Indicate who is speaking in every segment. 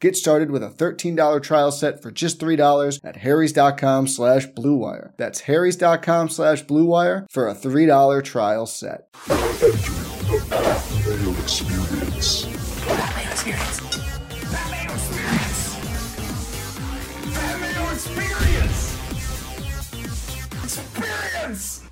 Speaker 1: Get started with a $13 trial set for just $3 at harrys.com slash bluewire. That's harrys.com slash bluewire for a $3 trial set.
Speaker 2: Batman experience. Batman experience. Batman experience. Experience.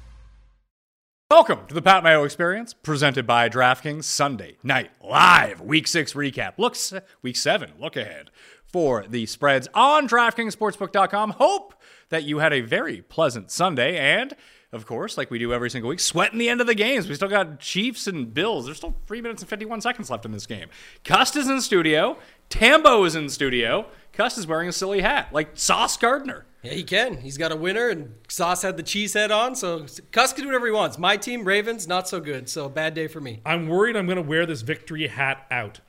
Speaker 3: Welcome to the Pat Mayo Experience, presented by DraftKings Sunday Night Live. Week six recap. Look, se- week seven. Look ahead for the spreads on DraftKingsSportsbook.com. Hope that you had a very pleasant Sunday, and of course, like we do every single week, sweating the end of the games. We still got Chiefs and Bills. There's still three minutes and fifty-one seconds left in this game. Cust is in studio. Tambo is in studio. Cust is wearing a silly hat, like Sauce Gardner.
Speaker 4: Yeah, he can. He's got a winner, and Sauce had the cheese head on, so Cuss can do whatever he wants. My team, Ravens, not so good, so bad day for me.
Speaker 5: I'm worried I'm going to wear this victory hat out.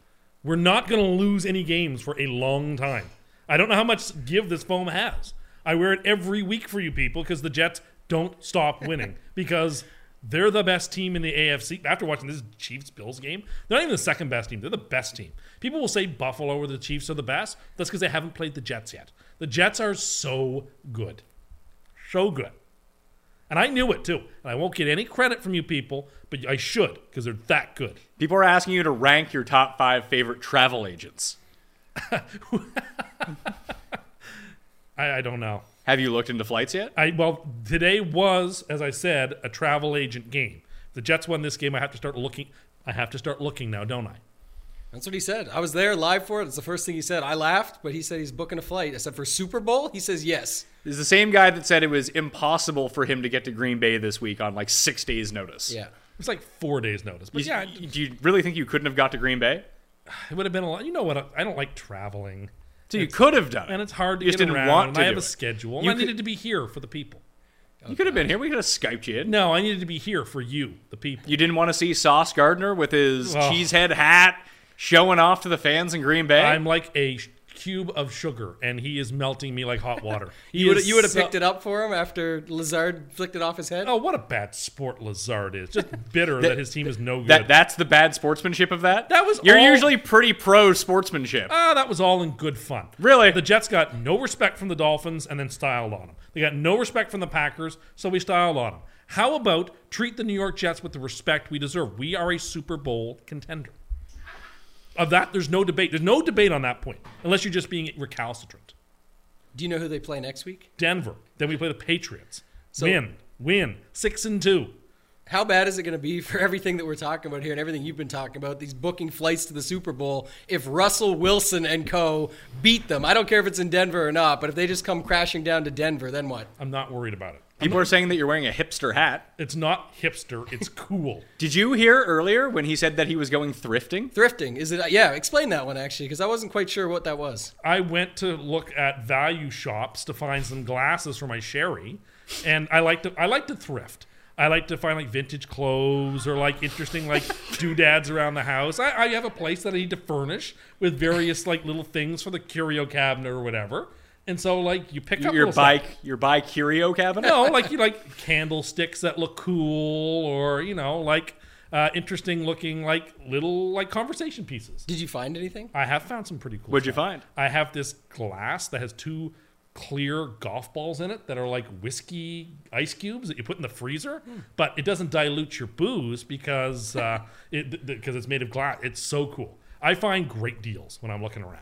Speaker 5: We're not going to lose any games for a long time. I don't know how much give this foam has. I wear it every week for you people because the Jets don't stop winning because they're the best team in the AFC. After watching this Chiefs Bills game, they're not even the second best team. They're the best team. People will say Buffalo or the Chiefs are the best. That's because they haven't played the Jets yet. The Jets are so good. So good. And I knew it too. And I won't get any credit from you people, but I should because they're that good.
Speaker 3: People are asking you to rank your top five favorite travel agents.
Speaker 5: I, I don't know.
Speaker 3: Have you looked into flights yet?
Speaker 5: I well today was, as I said, a travel agent game. If the Jets won this game. I have to start looking. I have to start looking now, don't I?
Speaker 4: That's what he said. I was there live for it. It's the first thing he said. I laughed, but he said he's booking a flight. I said, for Super Bowl? He says yes.
Speaker 3: Is the same guy that said it was impossible for him to get to Green Bay this week on like six days' notice.
Speaker 4: Yeah.
Speaker 5: It's like four days notice, but
Speaker 3: You-
Speaker 5: yeah,
Speaker 3: you- do you really think you couldn't have got to Green Bay?
Speaker 5: it would have been a lot. You know what? uh, I, I don't like traveling,
Speaker 3: So you could have done it.
Speaker 5: and it's hard to
Speaker 3: you just
Speaker 5: get
Speaker 3: didn't
Speaker 5: around.
Speaker 3: want
Speaker 5: and
Speaker 3: to.
Speaker 5: I have
Speaker 3: do
Speaker 5: a
Speaker 3: it.
Speaker 5: schedule. and
Speaker 3: You
Speaker 5: I
Speaker 3: could-
Speaker 5: needed to be here for the people.
Speaker 3: You could have been here. We could have Skyped you in.
Speaker 5: No, I needed to be here for you, the people.
Speaker 3: You didn't want to see Sauce Gardner with his
Speaker 5: Oh.
Speaker 3: cheesehead hat showing off to the fans in Green Bay.
Speaker 5: I'm like a sh- cube of sugar, and he is melting me like hot water. He
Speaker 4: You would
Speaker 5: is
Speaker 4: you would have
Speaker 5: so-
Speaker 4: picked it up for him after Lazard flicked it off his head.
Speaker 5: Oh, what a bad sport Lazard is! Just bitter that, his team is no good.
Speaker 3: that that's the bad sportsmanship of that.
Speaker 5: That was
Speaker 3: you're
Speaker 5: all-
Speaker 3: usually pretty pro sportsmanship.
Speaker 5: ah, that was all in good fun.
Speaker 3: Really?
Speaker 5: The Jets got no respect from the Dolphins and then styled on them. They got no respect from the Packers, so we styled on them. How about treat the New York Jets with the respect we deserve? We are a Super Bowl contender. Of that, there's no debate. There's no debate on that point, unless you're just being recalcitrant.
Speaker 4: Do you know who they play next week?
Speaker 5: Denver. Then we play the Patriots.
Speaker 4: So-
Speaker 5: win, win. Six and two.
Speaker 4: How bad is it going to be for everything that we're talking about here and everything you've been talking about, these booking flights to the Super Bowl, if Russell Wilson and co beat them? I don't care if it's in Denver or not, but if they just come crashing down to Denver, then what?
Speaker 5: I'm not worried about it.
Speaker 3: People are saying that you're wearing a hipster hat.
Speaker 5: It's not hipster. It's cool.
Speaker 3: Did you hear earlier when he said that he was going thrifting?
Speaker 4: Thrifting. Is it? Yeah, explain that one actually, because I wasn't quite sure what that was.
Speaker 5: I went to look at value shops to find some glasses for my sherry, and I like to I like to thrift. I like to find like vintage clothes or like interesting like doodads around the house. I, I have a place that I need to furnish with various like little things for the curio cabinet or whatever. And so like you pick up
Speaker 3: Your
Speaker 5: little stuff.
Speaker 3: bike, your bike curio cabinet.
Speaker 5: No, like you like candlesticks that look cool, or you know like uh, interesting looking like little like conversation pieces.
Speaker 4: Did you find anything?
Speaker 5: I have found some pretty cool.
Speaker 3: What'd you
Speaker 5: stuff.
Speaker 3: find?
Speaker 5: I have this glass that has two clear golf balls in it that are like whiskey ice cubes that you put in the freezer, but it doesn't dilute your booze because uh, it because it's made of glass. It's so cool. I find great deals when I'm looking around.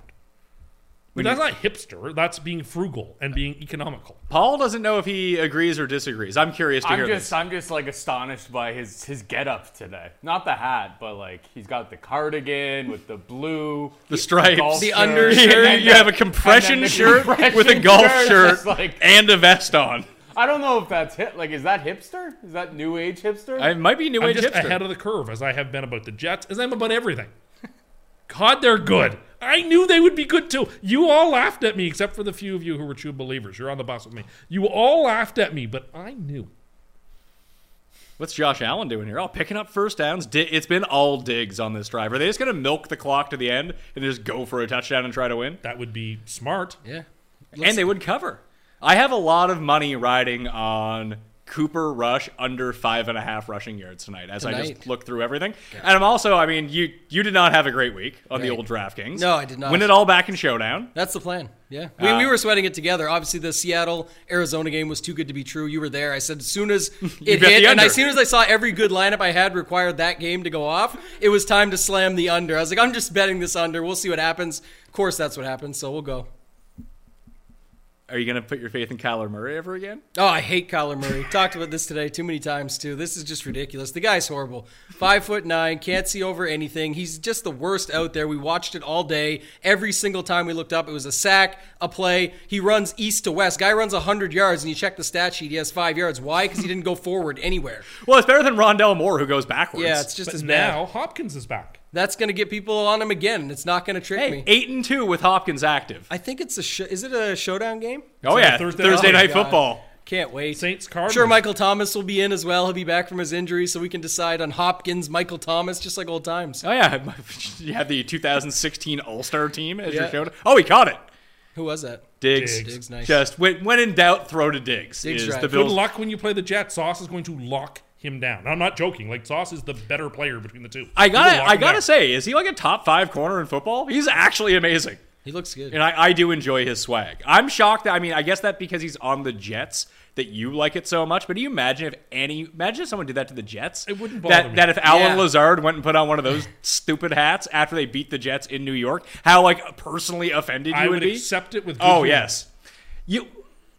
Speaker 5: But that's not hipster. That's being frugal and being economical.
Speaker 3: Paul doesn't know if he agrees or disagrees. I'm curious to
Speaker 6: I'm
Speaker 3: hear
Speaker 6: just,
Speaker 3: this.
Speaker 6: I'm just like astonished by his his getup today. Not the hat, but like he's got the cardigan with the blue,
Speaker 3: The stripes.
Speaker 6: golf
Speaker 3: The
Speaker 6: shirt,
Speaker 4: undershirt.
Speaker 6: and
Speaker 3: you have a compression
Speaker 6: and then the
Speaker 3: shirt
Speaker 6: compression
Speaker 3: with a golf
Speaker 6: shirt,
Speaker 3: shirt
Speaker 6: It's like-
Speaker 3: and a vest on.
Speaker 6: I don't know if that's hip. Like, is that hipster? Is that new age hipster?
Speaker 3: It might be new
Speaker 5: I'm
Speaker 3: age
Speaker 5: just
Speaker 3: hipster.
Speaker 5: ahead of the curve as I have been about the Jets, as I'm about everything. God, they're good. I knew they would be good too. You all laughed at me, except for the few of you who were true believers. You're on the bus with me. You all laughed at me, but I knew.
Speaker 3: What's Josh Allen doing here? Oh, picking up first downs. Di- It's been all digs on this drive. Are they just going to milk the clock to the end and just go for a touchdown and try to win?
Speaker 5: That would be smart.
Speaker 4: Yeah.
Speaker 3: and they would cover. I have a lot of money riding on Cooper Rush under five and a half rushing yards tonight as I just
Speaker 4: Tonight.
Speaker 3: look through everything. And I'm also, I mean, you you did not have a great week on the
Speaker 4: Right.
Speaker 3: old DraftKings.
Speaker 4: No, I did not.
Speaker 3: Win it all back in showdown.
Speaker 4: That's the plan. Yeah. We,
Speaker 3: Uh,
Speaker 4: we were sweating it together. Obviously, the Seattle Arizona game was too good to be true. You were there. I said, as soon as it
Speaker 3: bet
Speaker 4: hit,
Speaker 3: the
Speaker 4: and
Speaker 3: under.
Speaker 4: as soon as I saw every good lineup I had required that game to go off, it was time to slam the under. I was like, I'm just betting this under. We'll see what happens. Of course, that's what happens. So we'll go.
Speaker 3: Are you going to put your faith in Kyler Murray ever again?
Speaker 4: Oh, I hate Kyler Murray. Talked about this today too many times too. This is just ridiculous. The guy's horrible. Five foot nine, can't see over anything. He's just the worst out there. We watched it all day. Every single time we looked up, it was a sack, a play. He runs east to west. Guy runs hundred yards, and you check the stat sheet. He has five yards. Why? Because he didn't go forward anywhere.
Speaker 3: Well, it's better than Rondell Moore, who goes backwards.
Speaker 4: Yeah, it's just
Speaker 5: But
Speaker 4: as bad.
Speaker 5: now Hopkins is back.
Speaker 4: That's gonna get people on him again, and it's not gonna trick me.
Speaker 3: eight and two with Hopkins active.
Speaker 4: I think it's a. Sh- is it a showdown game?
Speaker 3: oh
Speaker 5: like a
Speaker 3: yeah, Thursday,
Speaker 5: Thursday night-
Speaker 3: night
Speaker 5: Oh,
Speaker 4: God.
Speaker 3: football.
Speaker 4: Can't wait.
Speaker 5: Saints Cardinals.
Speaker 4: Sure, Michael Thomas will be in as well. He'll be back from his injury, so we can decide on Hopkins, Michael Thomas, just like old times.
Speaker 3: Oh yeah, you had the 2016 All Star team as your
Speaker 4: Yeah.
Speaker 3: showdown. Oh, he caught it.
Speaker 4: Who was that?
Speaker 3: Diggs.
Speaker 5: Diggs.
Speaker 4: Diggs, nice.
Speaker 3: Just when, when in doubt, throw to Diggs.
Speaker 4: Diggs
Speaker 3: is
Speaker 4: right.
Speaker 3: the
Speaker 5: Good
Speaker 3: Bills.
Speaker 5: luck when you play the Jets. Sauce is going to lock him down. I'm not joking. Like Sauce is the better player between the two.
Speaker 3: I
Speaker 5: He will
Speaker 3: gotta,
Speaker 5: lock
Speaker 3: I
Speaker 5: him
Speaker 3: gotta
Speaker 5: down.
Speaker 3: say, is he like a top five corner in football? He's actually amazing,
Speaker 4: He looks good.
Speaker 3: and I, I do enjoy his swag. I'm shocked. That, I mean, I guess that because he's on the Jets that you like it so much. But do you imagine if any, imagine if someone did that to the Jets? It
Speaker 5: wouldn't
Speaker 3: that
Speaker 5: bother me.
Speaker 3: that if Alan
Speaker 4: Yeah.
Speaker 3: Lazard went and put on one of those stupid hats after they beat the Jets in New York, how like personally offended you
Speaker 5: I would
Speaker 3: be?
Speaker 5: accept it with. good
Speaker 3: Oh
Speaker 5: humor.
Speaker 3: yes, you.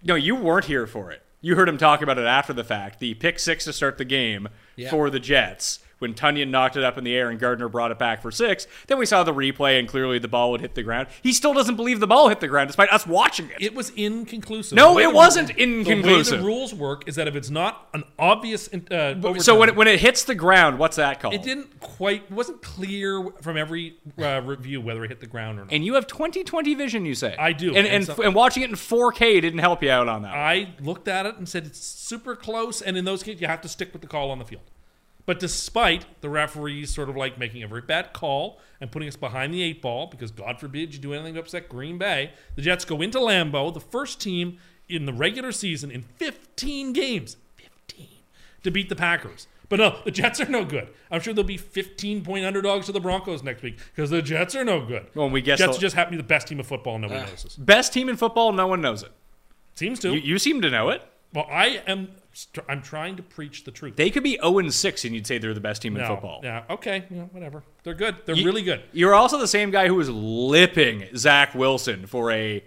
Speaker 3: No, you weren't here for it. You heard him talk about it after the fact. The pick six to start the game
Speaker 4: Yeah.
Speaker 3: for the Jets when Tunyon knocked it up in the air and Gardner brought it back for six. Then we saw the replay and clearly the ball would hit the ground. He still doesn't believe the ball hit the ground despite us watching it.
Speaker 5: It was inconclusive.
Speaker 3: No,
Speaker 5: The way
Speaker 3: it
Speaker 5: the-
Speaker 3: wasn't
Speaker 5: The way
Speaker 3: inconclusive.
Speaker 5: the rules work is that if it's not an obvious uh,
Speaker 3: so when
Speaker 5: overtime-
Speaker 3: it, when it hits the ground, what's that called?
Speaker 5: It didn't quite. It wasn't clear from every uh, review whether it hit the ground or not.
Speaker 3: And you have 2020 vision, you say.
Speaker 5: I do,
Speaker 3: And
Speaker 5: and
Speaker 3: and,
Speaker 5: so- Uh,
Speaker 3: and watching it in 4K didn't help you out on that.
Speaker 5: I looked at it and said it's super close. And in those cases, you have to stick with the call on the field. But despite the referees sort of like making a very bad call and putting us behind the eight ball, because God forbid you do anything to upset Green Bay, the Jets go into Lambeau, the first team in the regular season in 15 games, 15, to beat the Packers. But no, the Jets are no good. I'm sure they'll be 15 point underdogs to the Broncos next week because the Jets are no good.
Speaker 3: Well, we guess
Speaker 5: Jets
Speaker 3: they'll-
Speaker 5: just happen to be the best team of football. and Nobody notices.
Speaker 3: Best team in football, no one knows it.
Speaker 5: Seems to.
Speaker 3: You, you seem to know it.
Speaker 5: well, I am. St- I'm trying to preach the truth.
Speaker 3: They could be 0 and 6, and you'd say they're the best team in
Speaker 5: No,
Speaker 3: football.
Speaker 5: Yeah. Okay. Yeah, whatever. They're good. They're
Speaker 3: You-
Speaker 5: really good.
Speaker 3: You're also the same guy who was lipping Zach Wilson for a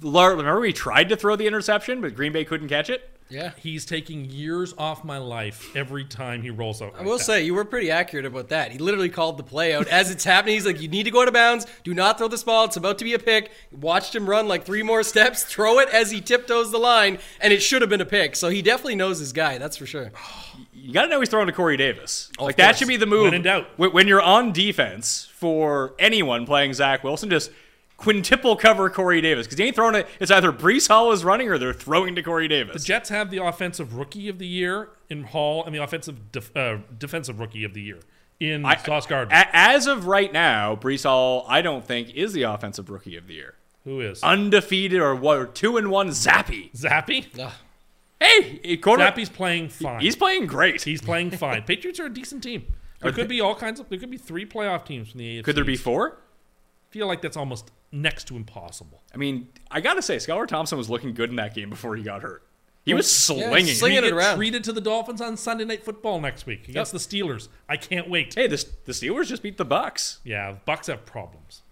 Speaker 3: lar- remember he tried to throw the interception, but Green Bay couldn't catch it.
Speaker 4: Yeah.
Speaker 5: He's taking years off my life every time he rolls out.
Speaker 4: I will say you were pretty accurate about that. He literally called the play out as it's happening. He's like, "You need to go out of bounds. Do not throw this ball. It's about to be a pick." Watched him run like three more steps, throw it as he tiptoes the line, and it should have been a pick. So he definitely knows his guy. That's for sure.
Speaker 3: You got to know he's throwing to Corey Davis. like that should be the move.
Speaker 5: When in doubt.
Speaker 3: Wh- when you're on defense for anyone playing Zach Wilson, just quintuple cover Corey Davis because he ain't throwing it. It's either Brees Hall is running or they're throwing to Corey Davis.
Speaker 5: Jets have the offensive rookie of the year in Hall and the offensive def- uh, defensive rookie of the year in
Speaker 3: I-
Speaker 5: Sauce Gardner.
Speaker 3: A- as of right now, Brees Hall, I don't think is the offensive rookie of the year.
Speaker 5: Who is
Speaker 3: Undefeated or what? Or two and one Zappy.
Speaker 5: Zappy?
Speaker 3: Hey, eh, quarterback.
Speaker 5: Zappy's playing fine.
Speaker 3: He's playing great.
Speaker 5: He's playing fine. Patriots are a decent team. There could be all kinds of. There could be three playoff teams from the AFC.
Speaker 3: Could there be four?
Speaker 5: I feel like that's almost next to impossible.
Speaker 3: I mean, I gotta say, Skylar Thompson was looking good in that game before he got hurt. He was slinging.
Speaker 4: slinging
Speaker 5: We
Speaker 4: it
Speaker 5: get
Speaker 4: around.
Speaker 5: treated to the Dolphins on Sunday Night Football next week against the Steelers. I can't wait.
Speaker 3: Hey, this, the Steelers just beat the Bucks.
Speaker 5: Yeah, the Bucks have problems.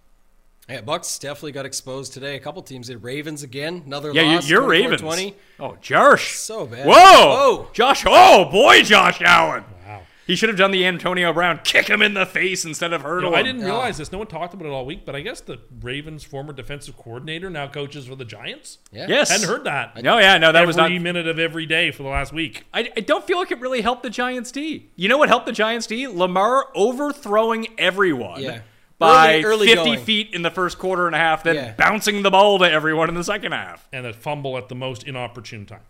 Speaker 4: Yeah, Bucks definitely got exposed today. A couple teams did. Ravens again, another
Speaker 3: Yeah,
Speaker 4: loss.
Speaker 3: you, you're Ravens.
Speaker 4: 24-20.
Speaker 3: Oh, Josh.
Speaker 4: So bad.
Speaker 3: Whoa.
Speaker 4: Whoa.
Speaker 3: Josh. Oh boy, Josh Allen.
Speaker 5: Wow.
Speaker 3: He should have done the Antonio Brown, kick him in the face instead of hurdle.
Speaker 5: No, I
Speaker 3: him.
Speaker 5: didn't realize this. No one talked about it all week, but I guess the Ravens' former defensive coordinator now coaches for the Giants.
Speaker 4: Yeah.
Speaker 3: Yes.
Speaker 5: Hadn't heard that.
Speaker 3: No, yeah, no, that
Speaker 5: every
Speaker 3: was not.
Speaker 5: minute of every day for the last week.
Speaker 3: I, I don't feel like it really helped the Giants D. You know what helped the Giants D? Lamar overthrowing everyone
Speaker 4: Yeah.
Speaker 3: by
Speaker 4: Early- early
Speaker 3: 50
Speaker 4: going.
Speaker 3: feet in the first quarter and a half, then
Speaker 4: Yeah.
Speaker 3: bouncing the ball to everyone in the second half.
Speaker 5: And a fumble at the most inopportune time.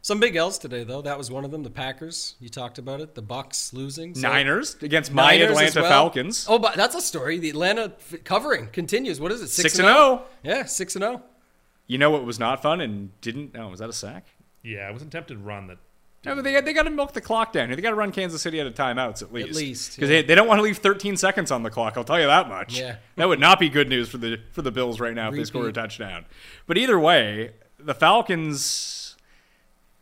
Speaker 4: Some big L's today though. That was one of them. The Packers. You talked about it. The Bucks losing. So-
Speaker 3: Niners against my
Speaker 4: Niners as
Speaker 3: Atlanta
Speaker 4: well.
Speaker 3: Falcons.
Speaker 4: Oh, but that's a story. The Atlanta f- covering continues. What is it?
Speaker 3: 6
Speaker 4: and oh?
Speaker 3: and oh. 0.
Speaker 4: Yeah, six and oh. zero.
Speaker 3: You know what was not fun and didn't? Oh, was that a sack?
Speaker 5: Yeah, it was an attempted run that
Speaker 3: No, but they got, they got to milk the clock down. here. They got to run Kansas City out of timeouts at least.
Speaker 4: least,
Speaker 3: because
Speaker 4: yeah.
Speaker 3: they, they don't want to leave 13 seconds on the clock. I'll tell you that much.
Speaker 4: Yeah.
Speaker 3: that would not be good news for the for the Bills right now if they score a touchdown. But either way, the Falcons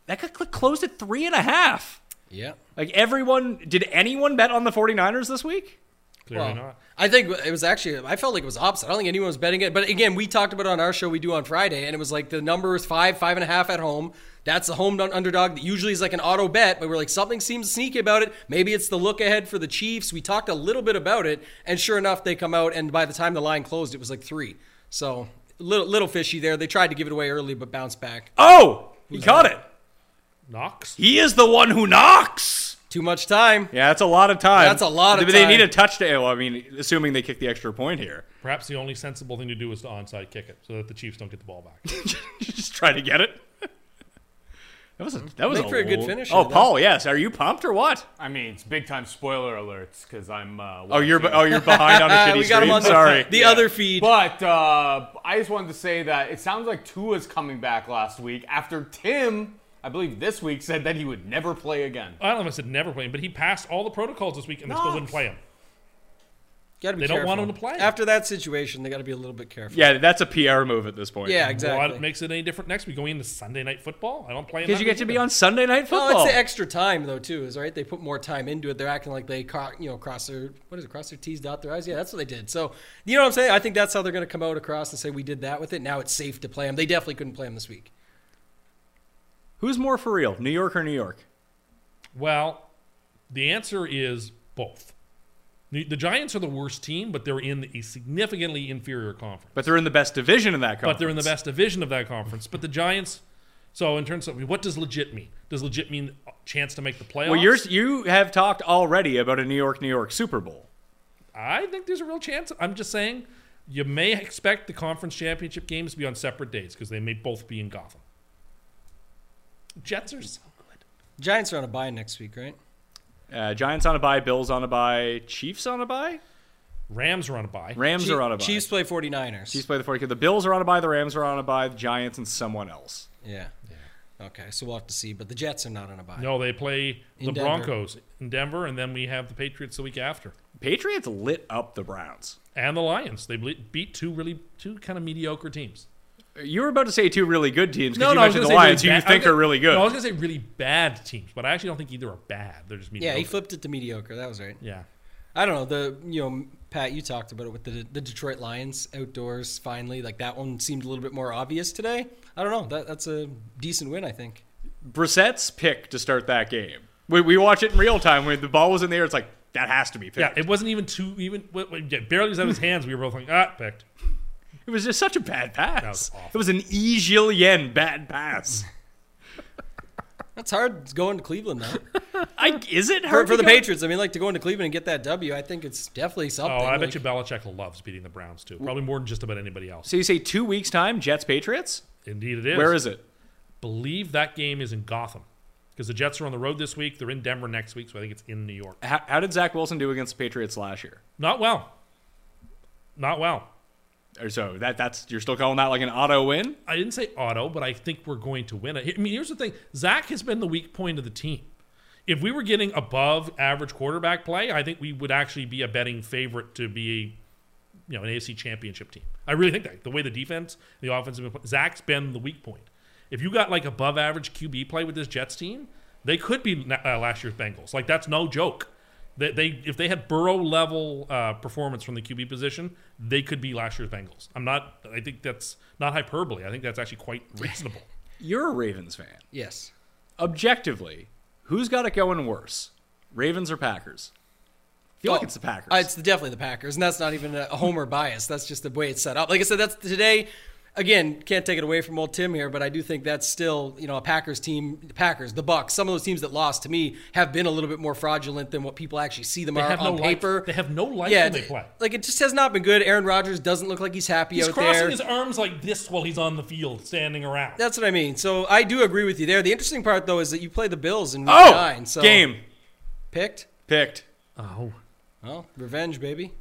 Speaker 3: that got cl- closed at three and a half.
Speaker 4: Yeah.
Speaker 3: Like everyone, did anyone bet on the 49ers this week?
Speaker 5: clearly
Speaker 4: Well,
Speaker 5: not.
Speaker 4: I think it was actually, I felt like it was opposite. I don't think anyone was betting it. But again, we talked about it on our show we do on Friday, and it was like the number is five, five and a half at home. That's the home dun- underdog that usually is like an auto bet, but we're like, something seems sneaky about it. Maybe it's the look ahead for the Chiefs. We talked a little bit about it, and sure enough, they come out, and by the time the line closed, it was like three. So little, little fishy there. They tried to give it away early, but bounced back.
Speaker 3: Oh, he caught it.
Speaker 5: Knox?
Speaker 3: He is the one who knocks.
Speaker 4: Too much time.
Speaker 3: Yeah, that's a lot of time.
Speaker 4: That's a lot of
Speaker 3: They- They need a
Speaker 4: time.
Speaker 3: touchdown. Well, I mean, assuming they kick the extra point here,
Speaker 5: Perhaps the only sensible thing to do is to onside kick it so that the Chiefs don't get the ball back.
Speaker 3: just try to get it. That was a, that was
Speaker 4: Make for a good
Speaker 3: l-
Speaker 4: finish
Speaker 3: Oh,
Speaker 4: there, though.
Speaker 3: Paul, yes. Are you pumped or what?
Speaker 6: I mean, it's big time spoiler alerts because I'm. Uh,
Speaker 3: Oh, you're
Speaker 6: watching.
Speaker 3: oh you're behind on a shitty
Speaker 4: we got him
Speaker 3: stream.
Speaker 4: on the,
Speaker 3: Sorry.
Speaker 4: the other feed.
Speaker 6: But uh, I just wanted to say that it sounds like Tua's coming back last week after Tim, I believe this week, said that he would never play again.
Speaker 3: Uh,
Speaker 5: I don't know if I said never play him, but he passed all the protocols this week and they still wouldn't play him.
Speaker 4: Gotta be
Speaker 5: They don't want
Speaker 4: careful.
Speaker 5: him to play.
Speaker 4: After that situation, they got to be a little bit careful.
Speaker 3: yeah, that's a PR move at this point.
Speaker 4: Yeah,
Speaker 5: Well,
Speaker 4: exactly.
Speaker 5: What makes it any different next week? Going into Sunday night football? I don't play him.
Speaker 3: because you
Speaker 5: that
Speaker 3: get to
Speaker 5: week
Speaker 3: be
Speaker 5: either.
Speaker 3: on Sunday Night Football.
Speaker 4: Well, it's the extra time though too, is right. They put more time into it. They're acting like they, cro- you know, cross their what is it, cross their T's, dot their I's. Yeah, that's what they did. So you know what I'm saying? I think that's how they're going to come out across and say we did that with it. Now it's safe to play them. They definitely couldn't play them this week.
Speaker 3: Who's more for real, New York or New York?
Speaker 5: Well, the answer is both. The, the Giants are the worst team, but they're in a significantly inferior conference.
Speaker 3: But they're in the best division in that conference.
Speaker 5: But they're in the best division of that conference. But the Giants. So in terms of what does legit mean? Does legit mean a chance to make the playoffs?
Speaker 3: Well, yours you have talked already about a New York New York Super Bowl.
Speaker 5: I think there's a real chance. I'm just saying, you may expect the conference championship games to be on separate days because they may both be in Gotham. Jets are so good.
Speaker 4: Giants are on a bye next week, right?
Speaker 3: Uh, Giants on a bye, Bills on a bye, Chiefs on a bye,
Speaker 5: Rams are on a bye.
Speaker 3: Rams
Speaker 4: Chief-
Speaker 3: are on a bye.
Speaker 4: Chiefs play 49ers.
Speaker 3: Chiefs play the 40 The Bills are on a bye, the Rams are on a bye, the Giants and someone else.
Speaker 4: yeah. Okay, so we'll have to see. But the Jets are not on a bye.
Speaker 5: No, they play the
Speaker 4: In Denver.
Speaker 5: Broncos in Denver, and then we have the Patriots the week after,
Speaker 3: Patriots lit up the Browns.
Speaker 5: and the Lions. They ble- beat two really two kind of mediocre teams.
Speaker 3: You were about to say two really good teams because you
Speaker 5: I was
Speaker 3: mentioned the
Speaker 5: gonna say really
Speaker 3: Lions, who you
Speaker 5: bad- I was
Speaker 3: think
Speaker 5: gonna-
Speaker 3: are really good.
Speaker 5: No, I was gonna say really bad teams, but I actually don't think either are bad. They're just mediocre.
Speaker 4: Yeah, he flipped it to mediocre. That was right.
Speaker 5: Yeah.
Speaker 4: I don't know the you know Pat, you talked about it with the, the Detroit Lions outdoors. Finally, like that one seemed a little bit more obvious today. I don't know. That, that's a decent win, I think.
Speaker 3: Brissett's pick to start that game. We, we watch it in real time. When the ball was in the air, it's like, that has to be picked.
Speaker 5: Yeah, it wasn't even too even w- w- yeah, barely was out of his hands. We were both like, ah, picked.
Speaker 3: It was just such a bad pass.
Speaker 5: was awful.
Speaker 3: It was an E. Gillian bad pass.
Speaker 4: That's hard going to Cleveland though.
Speaker 3: I, is it
Speaker 4: for,
Speaker 3: hard
Speaker 4: for
Speaker 3: to
Speaker 4: the
Speaker 3: go-
Speaker 4: Patriots, I mean, like to go into Cleveland and get that W, I think it's definitely
Speaker 5: Oh,
Speaker 4: something.
Speaker 5: I bet
Speaker 4: like-
Speaker 5: you Belichick loves beating the Browns too. Probably more than just about anybody else.
Speaker 3: So you say two weeks time, Jets Patriots?
Speaker 5: Indeed, it is.
Speaker 3: Where is it?
Speaker 5: Believe that game is in Gotham because the Jets are on the road this week. They're in Denver next week, so I think it's in New York.
Speaker 3: How, how did Zach Wilson do against the Patriots last year?
Speaker 5: Not well. Not well.
Speaker 3: Or so that that's you're still calling that like an auto win?
Speaker 5: I didn't say auto, but I think we're going to win it. I mean, here's the thing: Zach has been the weak point of the team. If we were getting above average quarterback play, I think we would actually be a betting favorite to be, you know, an AFC Championship team. I really think that the way the defense, the offense, have been play- Zach's been the weak point. If you got like above average QB play with this Jets team, they could be na- uh, last year's Bengals. Like that's no joke. They, they if they had Burrow level uh, performance from the QB position, they could be last year's Bengals. I'm not. I think that's not hyperbole. I think that's actually quite reasonable.
Speaker 3: You're a Ravens fan.
Speaker 4: yes.
Speaker 3: Objectively, who's got it going worse? Ravens or Packers? I feel like
Speaker 4: Oh,
Speaker 3: it's the Packers.
Speaker 4: uh, it's definitely the Packers, and that's not even a homer bias. That's just the way it's set up. Like I said, that's today. Again, can't take it away from old Tim here, but I do think that's still you know a Packers team, the Packers, the Bucks. Some of those teams that lost to me have been a little bit more fraudulent than what people actually see them
Speaker 5: They
Speaker 4: are
Speaker 5: have no
Speaker 4: on paper.
Speaker 5: Life. They have no life
Speaker 4: yeah,
Speaker 5: when they play.
Speaker 4: like it just has not been good. Aaron Rodgers doesn't look like he's happy
Speaker 5: He's
Speaker 4: out
Speaker 5: crossing
Speaker 4: there.
Speaker 5: his arms like this while he's on the field, standing around.
Speaker 4: that's what I mean. So I do agree with you there. The interesting part though is that you play the Bills in week
Speaker 3: oh
Speaker 4: nine. So
Speaker 3: game
Speaker 4: picked.
Speaker 3: picked.
Speaker 5: oh,
Speaker 4: Well, revenge, baby.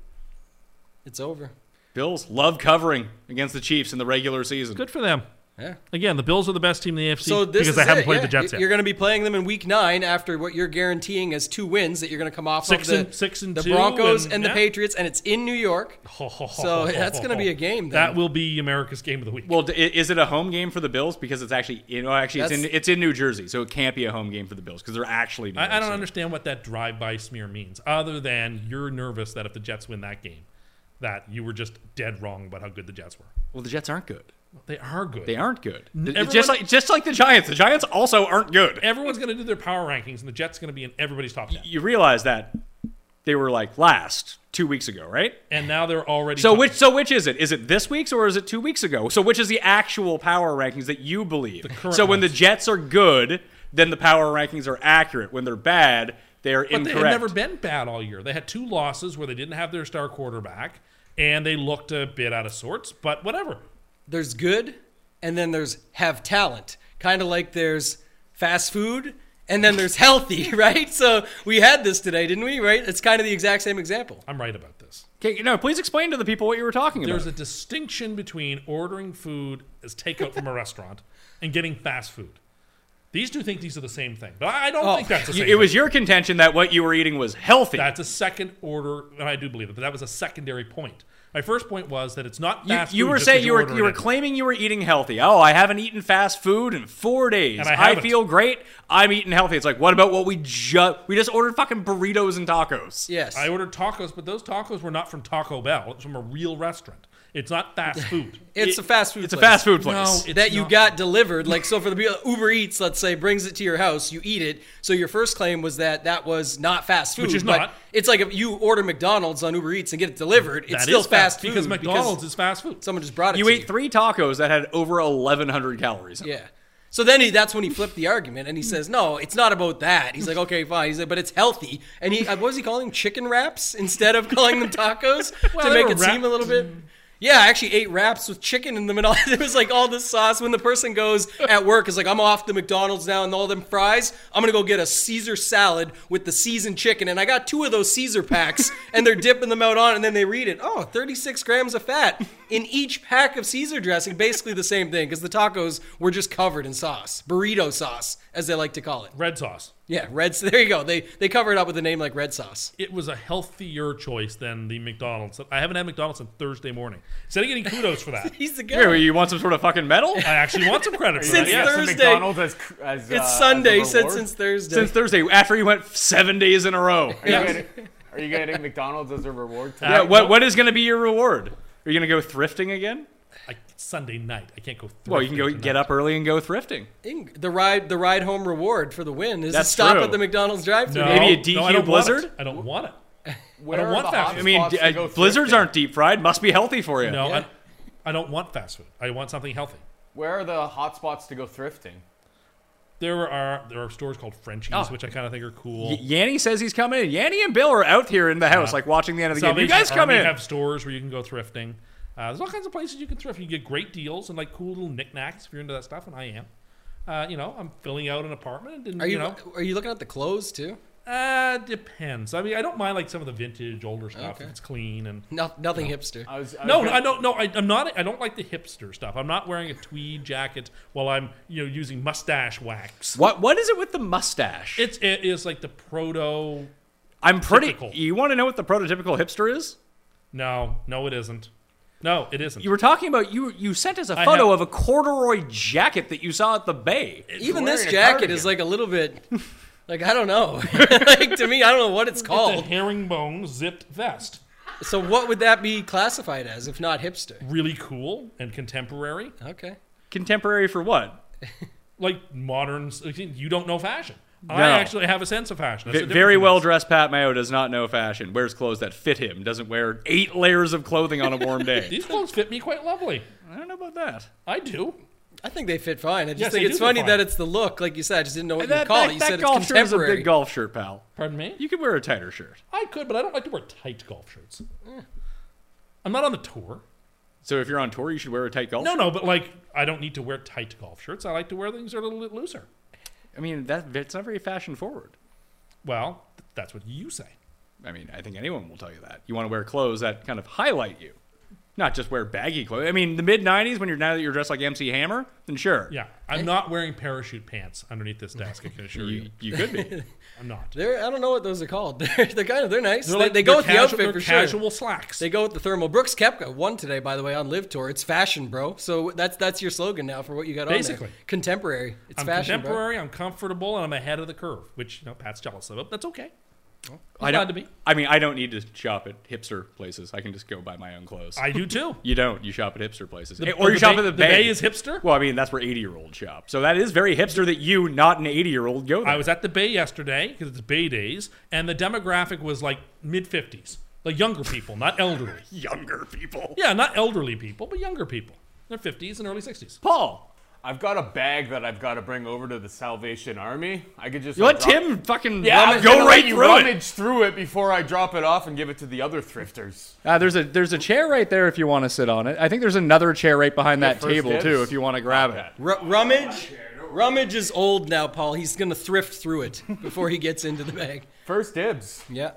Speaker 4: It's over.
Speaker 3: Bills love covering against the Chiefs in the regular season.
Speaker 5: good for them.
Speaker 4: Yeah.
Speaker 5: Again, the Bills are the best team in the AFC
Speaker 4: So this
Speaker 5: because
Speaker 4: is
Speaker 5: they haven't
Speaker 4: it,
Speaker 5: played
Speaker 4: yeah.
Speaker 5: the Jets
Speaker 4: You-
Speaker 5: yet.
Speaker 4: You're going to be playing them in Week Nine after what you're guaranteeing as two wins that you're going to come off
Speaker 5: Six
Speaker 4: of the
Speaker 5: and- six and
Speaker 4: the
Speaker 5: two
Speaker 4: Broncos
Speaker 5: and-
Speaker 4: and,
Speaker 5: yeah. Oh.
Speaker 4: the Patriots, and it's in New York. So that's going to be a game. Then.
Speaker 5: That will be America's game of the week.
Speaker 3: Well, d- i- is it a home game for the Bills? Because it's actually, you know, actually, it's in,
Speaker 4: That's-
Speaker 3: it's in New Jersey, so it can't be a home game for the Bills because they're actually. New
Speaker 5: I, I
Speaker 3: York
Speaker 5: don't
Speaker 3: City.
Speaker 5: understand what that drive-by smear means, other than you're nervous that if the Jets win that game, that you were just dead wrong about how good the Jets were.
Speaker 3: Well, the Jets aren't good.
Speaker 5: They are good.
Speaker 3: They aren't good. Th-
Speaker 5: Everyone-
Speaker 3: just like just like the Giants, the Giants also aren't good.
Speaker 5: Everyone's going to do their power rankings, and the Jets going to be in everybody's top ten.
Speaker 3: you realize that they were like last two weeks ago, right?
Speaker 5: And now they're already
Speaker 3: So
Speaker 5: top-
Speaker 3: which so which is it? Is it this week's or is it two weeks ago? So which is the actual power rankings that you believe?
Speaker 5: current
Speaker 3: So when the
Speaker 5: ones.
Speaker 3: Jets are good, then the power rankings are accurate. When they're bad, they are
Speaker 5: But they
Speaker 3: incorrect.
Speaker 5: had never been bad all year. They had two losses where they didn't have their star quarterback, and they looked a bit out of sorts. But whatever.
Speaker 4: there's good, and then there's have talent. Kind of like there's fast food, and then there's healthy, right? So we had this today, didn't we? Right? It's kind of the exact same example.
Speaker 5: I'm right about this.
Speaker 3: Okay, no, please explain to the people what you were talking about.
Speaker 5: There's a distinction between ordering food as takeout from a restaurant and getting fast food. These two think these are the same thing, but I I don't think that's the
Speaker 3: You-
Speaker 5: same.
Speaker 3: Oh, it
Speaker 5: thing.
Speaker 3: was your contention that what you were eating was healthy.
Speaker 5: That's a second order, and I do believe it. But that was a secondary point. My first point was that it's not
Speaker 3: you,
Speaker 5: fast
Speaker 3: you
Speaker 5: food
Speaker 3: were
Speaker 5: just
Speaker 3: saying
Speaker 5: 'cause
Speaker 3: you were
Speaker 5: order
Speaker 3: you
Speaker 5: it
Speaker 3: were
Speaker 5: in.
Speaker 3: claiming you were eating healthy. Oh, I haven't eaten fast food in four days.
Speaker 5: And I haven't.
Speaker 3: feel great. I'm eating healthy. It's like what about what we just we just ordered fucking burritos and tacos.
Speaker 4: Yes.
Speaker 5: I ordered tacos, but those tacos were not from Taco Bell. It's from a real restaurant. It's not fast food.
Speaker 3: it-
Speaker 4: it's a fast food.
Speaker 3: It's a
Speaker 4: place.
Speaker 3: fast food place.
Speaker 5: No, it-
Speaker 4: that
Speaker 5: It's
Speaker 4: you
Speaker 5: not-
Speaker 4: got delivered. Like so, for the people- Uber Eats, let's say, brings it to your house, you eat it. So your first claim was that that was not fast food,
Speaker 5: Which is
Speaker 4: but
Speaker 5: not.
Speaker 4: It's like if you order McDonald's on Uber Eats and get it delivered, it's
Speaker 5: That
Speaker 4: still
Speaker 5: is
Speaker 4: fast, food
Speaker 5: because McDonald's is fast food.
Speaker 4: someone just brought it.
Speaker 3: you
Speaker 4: to
Speaker 3: ate three tacos that had over 1,100 calories. in them.
Speaker 4: Yeah. So then he, that's when he flipped the argument and he says, "No, it's not about that." He's like, "Okay, fine." He's like, "But it's healthy." And he, uh, what was he calling them? chicken wraps instead of calling them tacos
Speaker 5: Well,
Speaker 4: to
Speaker 5: they
Speaker 4: make
Speaker 5: were
Speaker 4: it seem a little bit? Yeah, I actually ate wraps with chicken in them, and all it was like all this sauce. When the person goes at work, is like, "I'm off the McDonald's now and all them fries. I'm gonna go get a Caesar salad with the seasoned chicken." And I got two of those Caesar packs, and they're dipping them out on, and then they read it. Oh, 36 grams of fat in each pack of Caesar dressing. Basically the same thing, because the tacos were just covered in sauce, burrito sauce, as they like to call it.
Speaker 5: Red sauce.
Speaker 4: Yeah, red. There you go. They they cover it up with a name like red sauce.
Speaker 5: it was a healthier choice than the McDonald's. I haven't had McDonald's on Thursday morning. Instead of getting kudos for that,
Speaker 4: He's the guy.
Speaker 3: Here, you want some sort of fucking medal?
Speaker 5: I actually want some credit for that.
Speaker 4: Since
Speaker 6: Yeah,
Speaker 5: Yes.
Speaker 6: so
Speaker 4: Thursday.
Speaker 6: McDonald's as, cr- as, uh,
Speaker 4: It's
Speaker 6: as a
Speaker 4: Sunday since
Speaker 6: reward?
Speaker 4: since Thursday.
Speaker 3: Since Thursday, after you went seven days in a row.
Speaker 6: Are you, gonna, Are you getting McDonald's as a reward? Today?
Speaker 3: Yeah, what, what is going to be your reward? Are you going to go thrifting again?
Speaker 5: I, it's Sunday night. I can't go.
Speaker 3: Well, you can go
Speaker 5: thrifting
Speaker 3: get
Speaker 5: tonight.
Speaker 3: up early and go thrifting.
Speaker 4: Ing- The ride, the ride home reward for the win is
Speaker 3: That's
Speaker 4: a stop
Speaker 3: true.
Speaker 4: at the McDonald's drive-thru.
Speaker 5: No,
Speaker 3: Maybe a
Speaker 5: no, I
Speaker 3: DQ
Speaker 5: don't want it.
Speaker 3: Blizzard?
Speaker 5: I don't want it.
Speaker 6: Where
Speaker 5: don't
Speaker 6: are
Speaker 5: want
Speaker 6: the
Speaker 5: that.
Speaker 6: hottest
Speaker 5: I
Speaker 3: I mean,
Speaker 6: spots
Speaker 3: d-
Speaker 6: to go
Speaker 3: uh, blizzards
Speaker 6: thrifting?
Speaker 3: aren't deep fried. Must be healthy for you.
Speaker 5: No,
Speaker 4: Yeah.
Speaker 5: I, I don't want fast food. I want something healthy.
Speaker 6: Where are the hot spots to go thrifting?
Speaker 5: There are there are stores called Frenchies,
Speaker 3: Oh.
Speaker 5: which I kind of think are cool.
Speaker 3: Y- Yanni says he's coming in. Yanni and Bill are out here in the house, like watching the end of the game. You
Speaker 5: Uh-huh. Salvation
Speaker 3: guys come
Speaker 5: Army
Speaker 3: in.
Speaker 5: Have stores where you can go thrifting. Uh, there's all kinds of places you can thrift. You get great deals and like cool little knickknacks if you're into that stuff, and I am. Uh, you know, I'm filling out an apartment, and
Speaker 4: Are
Speaker 5: you,
Speaker 4: you,
Speaker 5: know,
Speaker 4: are you looking at the clothes too?
Speaker 5: uh, depends. I mean, I don't mind like some of the vintage, older stuff
Speaker 4: Okay.
Speaker 5: if it's clean and.
Speaker 4: No, nothing hipster.
Speaker 6: I was, I was
Speaker 5: No,
Speaker 6: gonna-
Speaker 5: Uh, I don't. No, I, I'm not. I don't like the hipster stuff. I'm not wearing a tweed jacket while I'm, you know, using mustache wax.
Speaker 3: What What is it with the mustache?
Speaker 5: It's it is like the proto.
Speaker 3: I'm pretty.
Speaker 5: typical.
Speaker 3: You want to know what the prototypical hipster is?
Speaker 5: No, no, it isn't. No, it isn't.
Speaker 3: You were talking about you. You sent us a
Speaker 5: I
Speaker 3: photo
Speaker 5: have-
Speaker 3: of a corduroy jacket that you saw at the bay.
Speaker 4: Even
Speaker 6: wearing
Speaker 4: this
Speaker 6: a
Speaker 4: jacket is
Speaker 6: cardigan.
Speaker 4: like a little bit, like I don't know. like to me, I don't know what it's
Speaker 5: the
Speaker 4: called.
Speaker 5: herringbone zipped vest.
Speaker 4: So what would that be classified as if not hipster?
Speaker 5: Really cool and contemporary,
Speaker 4: Okay.
Speaker 3: Contemporary for what?
Speaker 5: like modern. You don't know fashion.
Speaker 3: No.
Speaker 5: I actually have a sense of fashion. That's
Speaker 3: V-
Speaker 5: the
Speaker 3: very
Speaker 5: difference.
Speaker 3: well dressed Pat Mayo does not know fashion. Wears clothes that fit him. Doesn't wear eight layers of clothing on a warm day.
Speaker 5: These clothes fit me quite lovely.
Speaker 3: I don't know about that.
Speaker 5: I do.
Speaker 4: I think they fit fine. I just
Speaker 5: Yes,
Speaker 4: think
Speaker 5: they
Speaker 4: it's
Speaker 5: do fit
Speaker 4: funny
Speaker 5: fine.
Speaker 4: that it's the look. Like you said, I just didn't know what
Speaker 3: that
Speaker 4: you called
Speaker 3: that-
Speaker 4: it. You
Speaker 3: that
Speaker 4: said it's
Speaker 3: golf shirt is a
Speaker 4: contemporary.
Speaker 3: big golf shirt, pal.
Speaker 5: Pardon me.
Speaker 3: You could wear a tighter shirt.
Speaker 5: I could, but I don't like to wear tight golf shirts. Eh. I'm not on the tour.
Speaker 3: So if you're on tour, you should wear a tight golf.
Speaker 5: No,
Speaker 3: shirt.
Speaker 5: no, but like I don't need to wear tight golf shirts. I like to wear things that are a little bit looser.
Speaker 3: I mean that it's not very fashion forward.
Speaker 5: Well, th- that's what you say.
Speaker 3: I mean, I think anyone will tell you that. You want to wear clothes that kind of highlight you, not just wear baggy clothes. I mean, the mid '90s when you're now that you're dressed like MC Hammer, then sure,
Speaker 5: Yeah, I'm not wearing parachute pants underneath this desk. I can assure you,
Speaker 3: you, you could be.
Speaker 5: I'm not.
Speaker 4: They're, I don't know what those are called. They're, they're kind of they're nice. they
Speaker 5: They're like-
Speaker 4: they go
Speaker 5: they're
Speaker 4: with the
Speaker 5: casual-
Speaker 4: outfit
Speaker 5: they're
Speaker 4: for
Speaker 5: casual
Speaker 4: sure.
Speaker 5: slacks.
Speaker 4: They go with the thermal. Brooks Kepka won today, by the way, on Live Tour. It's fashion, bro. So that's that's your slogan now for what you got on
Speaker 5: Basically.
Speaker 4: there. Contemporary. It's
Speaker 5: I'm
Speaker 4: fashion, bro.
Speaker 5: contemporary. I'm comfortable, and I'm ahead of the curve, which you know Pat's jealous of. But that's okay.
Speaker 3: I
Speaker 5: glad
Speaker 3: don't.
Speaker 5: to be.
Speaker 3: I mean, I don't need to shop at hipster places. I can just go buy my own clothes.
Speaker 5: I do too.
Speaker 3: you don't. You shop at hipster places, Eh,
Speaker 5: The-
Speaker 3: or you
Speaker 5: the
Speaker 3: shop
Speaker 5: Bay-
Speaker 3: at the
Speaker 5: the
Speaker 3: Bay.
Speaker 5: Bay is hipster?
Speaker 3: Well, I mean, that's where eighty-year-olds shop. So that is very hipster that you, not an eighty-year-old, go there.
Speaker 5: I was at the Bay yesterday because it's Bay Days, and the demographic was like mid 50s, like younger people, not elderly.
Speaker 3: younger people.
Speaker 5: yeah, not elderly people, but younger people. They're 50s and early 60s.
Speaker 3: Paul,
Speaker 6: I've got a bag that I've got to bring over to the Salvation Army. I could just
Speaker 3: you let
Speaker 6: drop-
Speaker 3: Tim fucking
Speaker 6: Yeah, I
Speaker 3: rummage-
Speaker 6: was gonna
Speaker 3: go
Speaker 6: let
Speaker 3: right
Speaker 6: you
Speaker 3: through it.
Speaker 6: rummage through it before I drop it off and give it to the other thrifters.
Speaker 3: Uh, there's a there's a chair right there if you want to sit on it. I think there's another chair right behind that
Speaker 6: first
Speaker 3: table
Speaker 6: dibs.
Speaker 3: too if you want to grab it.
Speaker 6: that.
Speaker 4: Ru- rummage, rummage is old now, Paul. He's gonna thrift through it before he gets into the bag.
Speaker 6: First dibs.
Speaker 4: Yeah.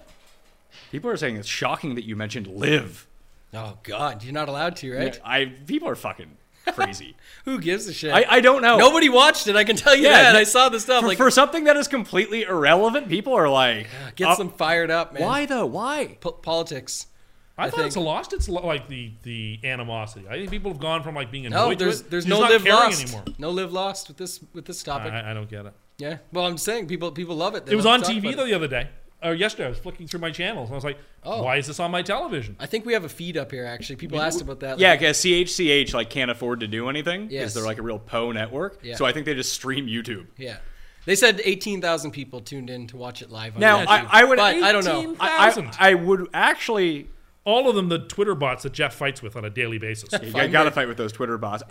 Speaker 3: People are saying it's shocking that you mentioned live.
Speaker 4: Oh God, you're not allowed to, right?
Speaker 3: I people are fucking crazy.
Speaker 4: Who gives a shit?
Speaker 3: I, I don't know.
Speaker 4: Nobody watched it. I can tell you
Speaker 3: Yeah,
Speaker 4: that.
Speaker 3: no-
Speaker 4: I saw the stuff.
Speaker 3: for,
Speaker 4: like,
Speaker 3: for something that is completely irrelevant, people are like,
Speaker 4: get
Speaker 3: uh,
Speaker 4: some fired up, man.
Speaker 3: Why though? Why?
Speaker 4: Po- politics?
Speaker 5: I, thought
Speaker 4: think-
Speaker 5: it's lost. It's lo- like the the animosity. I think people have gone from like being annoyed.
Speaker 4: No,
Speaker 5: to
Speaker 4: there's
Speaker 5: it
Speaker 4: there's
Speaker 5: to
Speaker 4: no
Speaker 5: just not
Speaker 4: live
Speaker 5: caring
Speaker 4: lost.
Speaker 5: anymore.
Speaker 4: No live lost with this with this topic.
Speaker 5: I, I don't get it.
Speaker 4: Yeah. Well, I'm saying people people love it. They
Speaker 5: It was
Speaker 4: love
Speaker 5: on
Speaker 4: to talk
Speaker 5: TV
Speaker 4: about
Speaker 5: though
Speaker 4: it.
Speaker 5: the other day or yesterday. I was flicking through my channels and I was like,
Speaker 4: Oh.
Speaker 5: why is this on my television?
Speaker 4: I think we have a feed up here. Actually, people asked about that.
Speaker 3: Yeah,
Speaker 4: Like,
Speaker 3: because CHCH like can't afford to do anything because
Speaker 4: Yes.
Speaker 3: they're like a real Poe network.
Speaker 4: Yeah.
Speaker 3: So I think they just stream YouTube.
Speaker 4: yeah. They said 18,000 people tuned in to watch it live. On
Speaker 3: Now
Speaker 4: YouTube.
Speaker 3: I, I would
Speaker 4: But I don't know.
Speaker 3: I,
Speaker 5: 18,000.
Speaker 3: I, I would actually
Speaker 5: All of them, the Twitter bots that Jeff fights with on a daily basis.
Speaker 3: I gotta fight with those Twitter bots.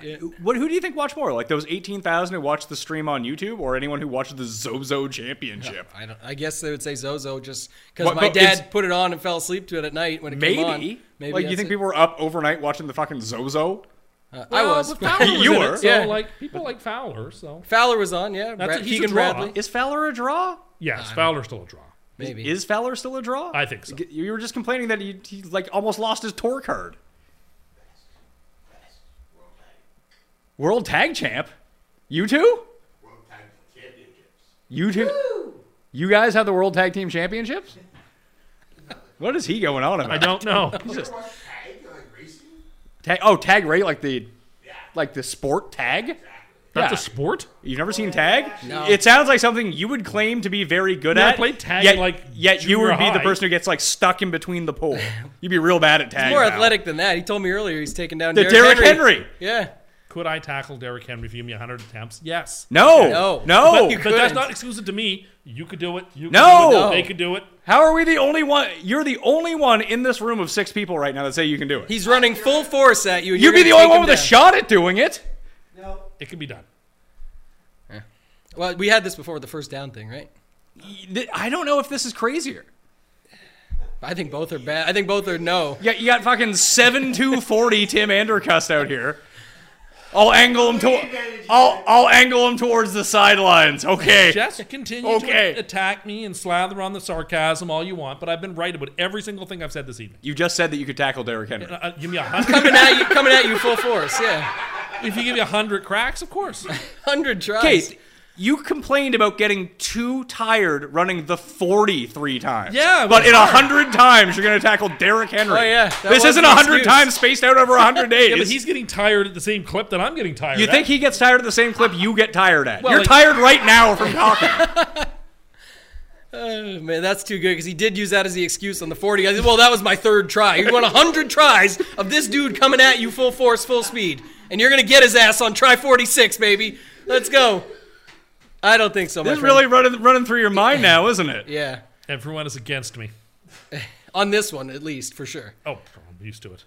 Speaker 3: What? Who do you think watched more? Like those eighteen thousand who watched the stream on YouTube, or anyone who watched the Zozo Championship?
Speaker 4: I don't. I guess they would say Zozo just because
Speaker 3: What-
Speaker 4: my
Speaker 3: but
Speaker 4: dad
Speaker 3: it's-
Speaker 4: put it on and fell asleep to it at night when it
Speaker 3: Maybe.
Speaker 4: came on. Maybe.
Speaker 3: like you
Speaker 4: that's
Speaker 3: think
Speaker 4: it.
Speaker 3: people were up overnight watching the fucking Zozo?
Speaker 4: Uh, I was.
Speaker 3: You
Speaker 5: you
Speaker 3: were.
Speaker 5: were. So
Speaker 4: Yeah.
Speaker 5: like people like Fowler. So
Speaker 4: Fowler was on. Yeah.
Speaker 5: That's
Speaker 4: Brad-
Speaker 5: a- he's a
Speaker 4: Keegan
Speaker 5: draw.
Speaker 4: Bradley.
Speaker 3: Is Fowler a draw?
Speaker 5: yes, Fowler's still a draw.
Speaker 4: Maybe.
Speaker 3: Is Fowler still a draw?
Speaker 5: I think so.
Speaker 3: G- You were just complaining that he, he like almost lost his tour card. World Tag Champ, you two, you two, you guys have the World Tag Team Championships. What is he going on about?
Speaker 5: I don't know.
Speaker 3: Tag, oh, tag rate like the like the sport tag.
Speaker 5: That's
Speaker 3: Yeah.
Speaker 5: a sport.
Speaker 3: You've never seen tag? It sounds like something you would claim to be very good
Speaker 5: Yeah, I
Speaker 3: at.
Speaker 5: played tag
Speaker 3: Yet,
Speaker 5: in, like,
Speaker 3: yet you
Speaker 5: junior
Speaker 3: would be the
Speaker 5: high.
Speaker 3: person who gets like stuck in between the pole. You'd be real bad at tag.
Speaker 4: More
Speaker 3: now.
Speaker 4: athletic than that. He told me earlier he's taking down
Speaker 3: The
Speaker 4: Derrick,
Speaker 3: Derrick
Speaker 4: Henry.
Speaker 3: Henry.
Speaker 4: Yeah.
Speaker 5: Could I tackle Derrick Henry if you give me 100 attempts? Yes.
Speaker 3: No.
Speaker 4: No.
Speaker 3: No.
Speaker 4: But you
Speaker 5: But that's
Speaker 4: Good.
Speaker 5: not exclusive to me. You could do it. You could
Speaker 3: No!
Speaker 5: do it.
Speaker 3: No.
Speaker 5: They could do it.
Speaker 3: How are we the only one? You're the only one in this room of six people right now that say you can do it.
Speaker 4: He's running full force at you. and
Speaker 3: You'd
Speaker 4: you're
Speaker 3: be the
Speaker 4: gonna
Speaker 3: only
Speaker 4: take
Speaker 3: one
Speaker 4: him
Speaker 3: with a
Speaker 4: down.
Speaker 3: shot at doing it.
Speaker 5: It could be done.
Speaker 4: Well, we had this before with the first down thing, right?
Speaker 3: Th- I don't know if this is crazier.
Speaker 4: I think both are bad. I think both are no.
Speaker 3: Yeah, you got fucking seven two forty Tim Andercust out here. I'll angle him to. I'll I'll angle him towards the sidelines. Okay.
Speaker 5: Just continue
Speaker 3: Okay.
Speaker 5: to attack me and slather on the sarcasm all you want, but I've been right about every single thing I've said this evening.
Speaker 3: You just said that you could tackle Derrick Henry.
Speaker 5: Uh, give me a hundred.
Speaker 4: Coming at you, coming at you full force. Yeah,
Speaker 5: if you give me a hundred cracks, of course.
Speaker 4: hundred tries.
Speaker 3: Okay, you complained about getting too tired running the 43 times.
Speaker 5: Yeah, it
Speaker 3: but
Speaker 5: was
Speaker 3: in
Speaker 5: hard.
Speaker 3: 100 times you're going to tackle Derrick Henry.
Speaker 4: Oh, yeah, that
Speaker 3: this
Speaker 4: was
Speaker 3: isn't
Speaker 4: an
Speaker 3: 100
Speaker 4: excuse.
Speaker 3: times spaced out over 100 days.
Speaker 5: Yeah, but he's getting tired at the same clip that I'm getting tired.
Speaker 3: you
Speaker 5: at.
Speaker 3: think he gets tired of the same clip you get tired at?
Speaker 5: Well,
Speaker 3: you're
Speaker 5: like-
Speaker 3: tired right now from talking.
Speaker 4: Oh, man, that's too good because he did use that as the excuse on the forty. I said, well, that was my third try. You want hundred tries of this dude coming at you full force, full speed, and you're gonna get his ass on try forty-six, baby. Let's go. I don't think so. my
Speaker 3: this is
Speaker 4: friend.
Speaker 3: really running running through your mind now, isn't it?
Speaker 4: yeah.
Speaker 5: everyone is against me?
Speaker 4: On this one, at least, for sure.
Speaker 5: Oh, I'm used to it.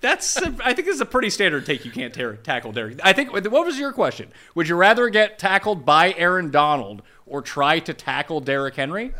Speaker 3: That's a, I think this is a pretty standard take. You can't tear, tackle Derrick. I think what was your question? Would you rather get tackled by Aaron Donald or try to tackle Derrick Henry?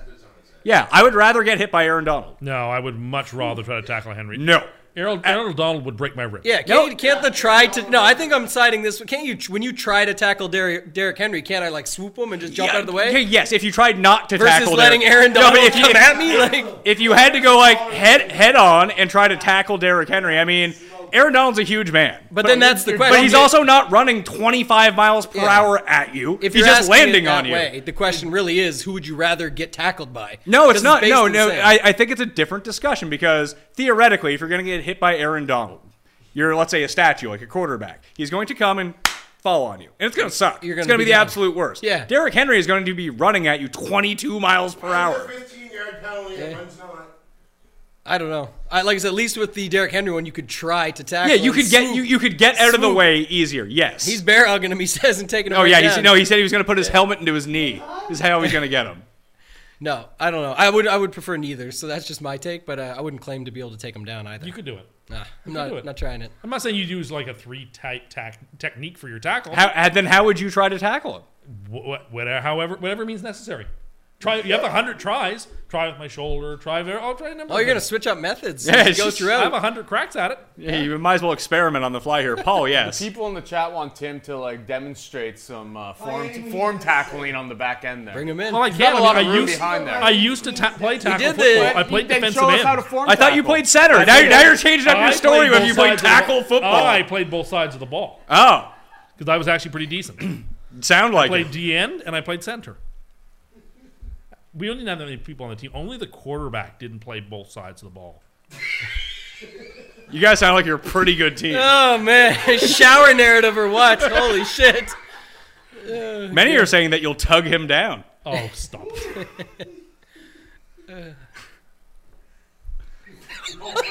Speaker 3: Yeah, I would rather get hit by Aaron Donald.
Speaker 5: No, I would much rather try to tackle Henry.
Speaker 3: No.
Speaker 5: Errol, Errol Donald would break my rib.
Speaker 4: Yeah, can't, you- can't the try to? No, I think I'm siding this. Can't you when you try to tackle Derrick, Derrick Henry? Can't I like swoop him and just jump out of the way
Speaker 3: Okay, yes, if you tried not to
Speaker 4: versus
Speaker 3: tackle
Speaker 4: letting
Speaker 3: Derrick-
Speaker 4: Aaron
Speaker 3: No,
Speaker 4: Donald
Speaker 3: but if you-
Speaker 4: come
Speaker 3: if-
Speaker 4: at me? Like,
Speaker 3: If you had to go like head head on and try to tackle Derrick Henry, I mean, Aaron Donald's a huge man.
Speaker 4: but, then that's the question.
Speaker 3: But he's also not running 25 miles per
Speaker 4: Yeah.
Speaker 3: hour at you.
Speaker 4: if
Speaker 3: he's
Speaker 4: you're
Speaker 3: just
Speaker 4: asking it
Speaker 3: landing
Speaker 4: that
Speaker 3: on you.
Speaker 4: way, The question really is, who would you rather get tackled by?
Speaker 3: No,
Speaker 4: 'Cause
Speaker 3: it's not.
Speaker 4: based
Speaker 3: No,
Speaker 4: on the
Speaker 3: no.
Speaker 4: same.
Speaker 3: I, I think it's a different discussion because theoretically, if you're going to get hit by Aaron Donald, you're, let's say, a statue, like a quarterback, he's going to come and fall on you. And it's going to suck.
Speaker 4: You're
Speaker 3: it's
Speaker 4: gonna
Speaker 3: going to be,
Speaker 4: be
Speaker 3: the
Speaker 4: down.
Speaker 3: absolute worst.
Speaker 4: Yeah.
Speaker 3: Derrick Henry is going to be running at you 22 miles per hour.
Speaker 2: 15 yard penalty. and runs not.
Speaker 4: I don't know. I, like I said, at least with the Derrick Henry one, you could try to tackle.
Speaker 3: Yeah, you
Speaker 4: and
Speaker 3: could get
Speaker 4: swoop.
Speaker 3: you, you could get out of the
Speaker 4: Swoop.
Speaker 3: way easier. Yes.
Speaker 4: He's bear hugging him. He says and taking him.
Speaker 3: oh
Speaker 4: right
Speaker 3: yeah.
Speaker 4: down.
Speaker 3: He, no, he said he was going to put his helmet into his knee. Is how he's going to get him.
Speaker 4: no. I don't know. I would I would prefer neither. So that's just my take. But uh, I wouldn't claim to be able to take him down either.
Speaker 5: You could do it.
Speaker 4: Nah, I'm
Speaker 5: do it.
Speaker 4: not not trying it.
Speaker 5: I'm not saying you'd use like a three tight tack technique for your tackle.
Speaker 3: How, and then how would you try to tackle him?
Speaker 5: Wh- wh- whatever, however, whatever means necessary. Try. You have a hundred tries. Try with my shoulder. Try. Very, I'll try a number.
Speaker 4: Oh,
Speaker 5: of
Speaker 4: you're gonna
Speaker 5: things.
Speaker 4: switch up methods.
Speaker 3: Yeah,
Speaker 4: Yeah,
Speaker 3: it's
Speaker 4: go
Speaker 3: just-
Speaker 5: I have
Speaker 4: throughout.
Speaker 5: a hundred cracks at it.
Speaker 3: Yeah, you might as well experiment on the fly here, Paul. Yes.
Speaker 6: People in the chat want Tim to like demonstrate some uh, form form tackling on the back end there.
Speaker 4: Bring him in.
Speaker 5: Well, I
Speaker 6: Not
Speaker 5: can't.
Speaker 6: a lot
Speaker 5: I
Speaker 6: of room
Speaker 5: used.
Speaker 6: behind there.
Speaker 5: I used to ta- play tackle
Speaker 4: did
Speaker 5: football.
Speaker 4: the-
Speaker 5: I played
Speaker 6: Then
Speaker 5: defensive
Speaker 6: show us
Speaker 5: end.
Speaker 6: how to form
Speaker 3: I thought you
Speaker 6: tackle.
Speaker 3: played center. Now, you- now you're changing up
Speaker 5: I
Speaker 3: your story
Speaker 5: played
Speaker 3: when
Speaker 5: both
Speaker 3: you played
Speaker 5: sides of the-
Speaker 3: tackle football.
Speaker 5: I played both sides of the ball
Speaker 3: oh,
Speaker 5: because I was actually pretty decent. I
Speaker 3: sound like
Speaker 5: played
Speaker 3: it.
Speaker 5: D end and I played center. We only didn't have that many people on the team. Only the quarterback didn't play both sides of the ball.
Speaker 3: you guys sound like you're a pretty good team.
Speaker 4: Oh man, shower narrative or what? Holy shit!
Speaker 3: Many are saying that you'll tug him down.
Speaker 5: Oh, stop!
Speaker 3: What,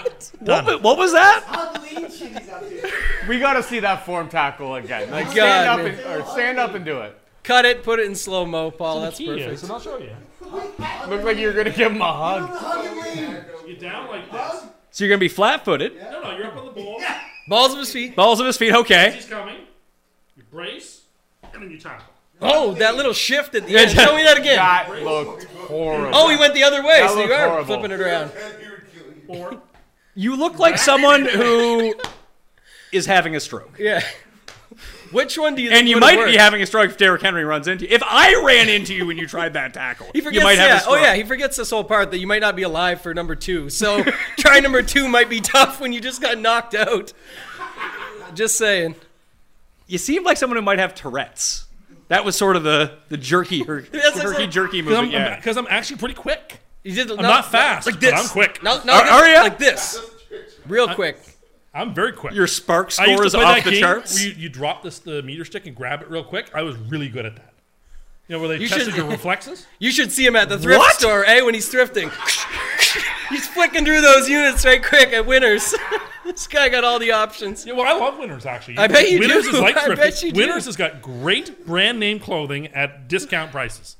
Speaker 3: wa- what was that?
Speaker 2: How lean shit he's up to.
Speaker 6: We got to see that form tackle again. Like stand
Speaker 4: God,
Speaker 6: up
Speaker 4: man.
Speaker 6: and, or stand up and do it.
Speaker 4: Cut it, put it in slow mo, Paul. That's perfect.
Speaker 5: and I'll show you.
Speaker 6: Looks like you're gonna give him a hug.
Speaker 5: You down like this?
Speaker 3: So you're gonna be flat-footed.
Speaker 5: No, no, you're up on the ball.
Speaker 4: Balls of his feet.
Speaker 3: Balls of his feet. Okay.
Speaker 5: He's coming. You brace, and then you tackle.
Speaker 4: Oh, that little shift at the end.
Speaker 3: yeah.
Speaker 4: Show me that again.
Speaker 6: That looked horrible.
Speaker 4: Oh, he went the other way,
Speaker 6: That
Speaker 4: so you
Speaker 6: looked
Speaker 4: are
Speaker 6: horrible.
Speaker 4: flipping it around.
Speaker 5: Or
Speaker 3: You look like someone who is having a stroke.
Speaker 4: Yeah. Which one do you? Think
Speaker 3: And you
Speaker 4: would've
Speaker 3: might
Speaker 4: worked?
Speaker 3: be having a stroke if Derrick Henry runs into you. If I ran into you when you tried that tackle,
Speaker 4: He forgets,
Speaker 3: you might have
Speaker 4: yeah.
Speaker 3: a stroke.
Speaker 4: Oh yeah, he forgets this whole part that you might not be alive for number two. So try number two might be tough when you just got knocked out. Just saying.
Speaker 3: You seem like someone who might have Tourette's. That was sort of the the jerky, her,
Speaker 4: That's
Speaker 3: herky
Speaker 4: exact-
Speaker 3: jerky
Speaker 5: because I'm,
Speaker 3: movement. Yeah.
Speaker 5: because I'm actually pretty quick.
Speaker 4: You did
Speaker 5: I'm not fast,
Speaker 4: like this.
Speaker 5: but I'm quick.
Speaker 4: No, no,
Speaker 3: Are-
Speaker 4: like,
Speaker 3: are ya?
Speaker 4: like this, real quick.
Speaker 5: I'm very quick.
Speaker 3: Your spark
Speaker 5: I used
Speaker 3: score
Speaker 5: to
Speaker 3: is
Speaker 5: play
Speaker 3: off
Speaker 5: that
Speaker 3: the
Speaker 5: game
Speaker 3: charts.
Speaker 5: Where you, you drop this the meter stick and grab it real quick. I was really good at that. You know where they
Speaker 4: You
Speaker 5: tested
Speaker 4: should-
Speaker 5: your reflexes.
Speaker 4: You should see him at the thrift
Speaker 3: What?
Speaker 4: store, eh? When he's thrifting, he's flicking through those units right quick at Winners. this guy got all the options.
Speaker 5: Yeah, well, I love Winners actually.
Speaker 4: I bet you do.
Speaker 5: Winners is like
Speaker 4: I
Speaker 5: thrifty.
Speaker 4: bet you do.
Speaker 5: Winners has got great brand name clothing at discount prices.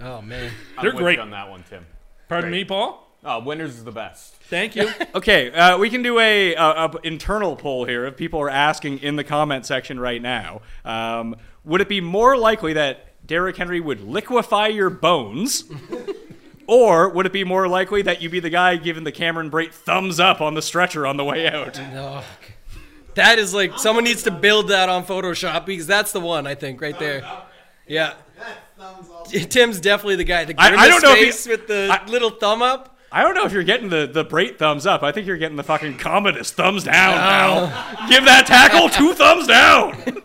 Speaker 4: Oh man,
Speaker 5: They're
Speaker 6: with you
Speaker 5: great.
Speaker 6: on that one, Tim.
Speaker 5: Pardon me, Paul.
Speaker 6: Uh, winners is the best.
Speaker 5: Thank you.
Speaker 3: Okay, uh, we can do a, a, a internal poll here. If people are asking in the comment section right now, um, would it be more likely that Derrick Henry would liquefy your bones, or would it be more likely that you be the guy giving the Cameron Brate thumbs up on the stretcher on the way out?
Speaker 4: no. That is like someone needs to build that on Photoshop because that's the one I think right there. Yeah, Tim's definitely the guy. The
Speaker 3: I- I
Speaker 4: grimace
Speaker 3: don't know if he-
Speaker 4: face with the
Speaker 3: I-
Speaker 4: little thumb up.
Speaker 3: I don't know if you're getting the the Brate thumbs up. I think you're getting the fucking Commodus thumbs down. Now, give that tackle two thumbs down.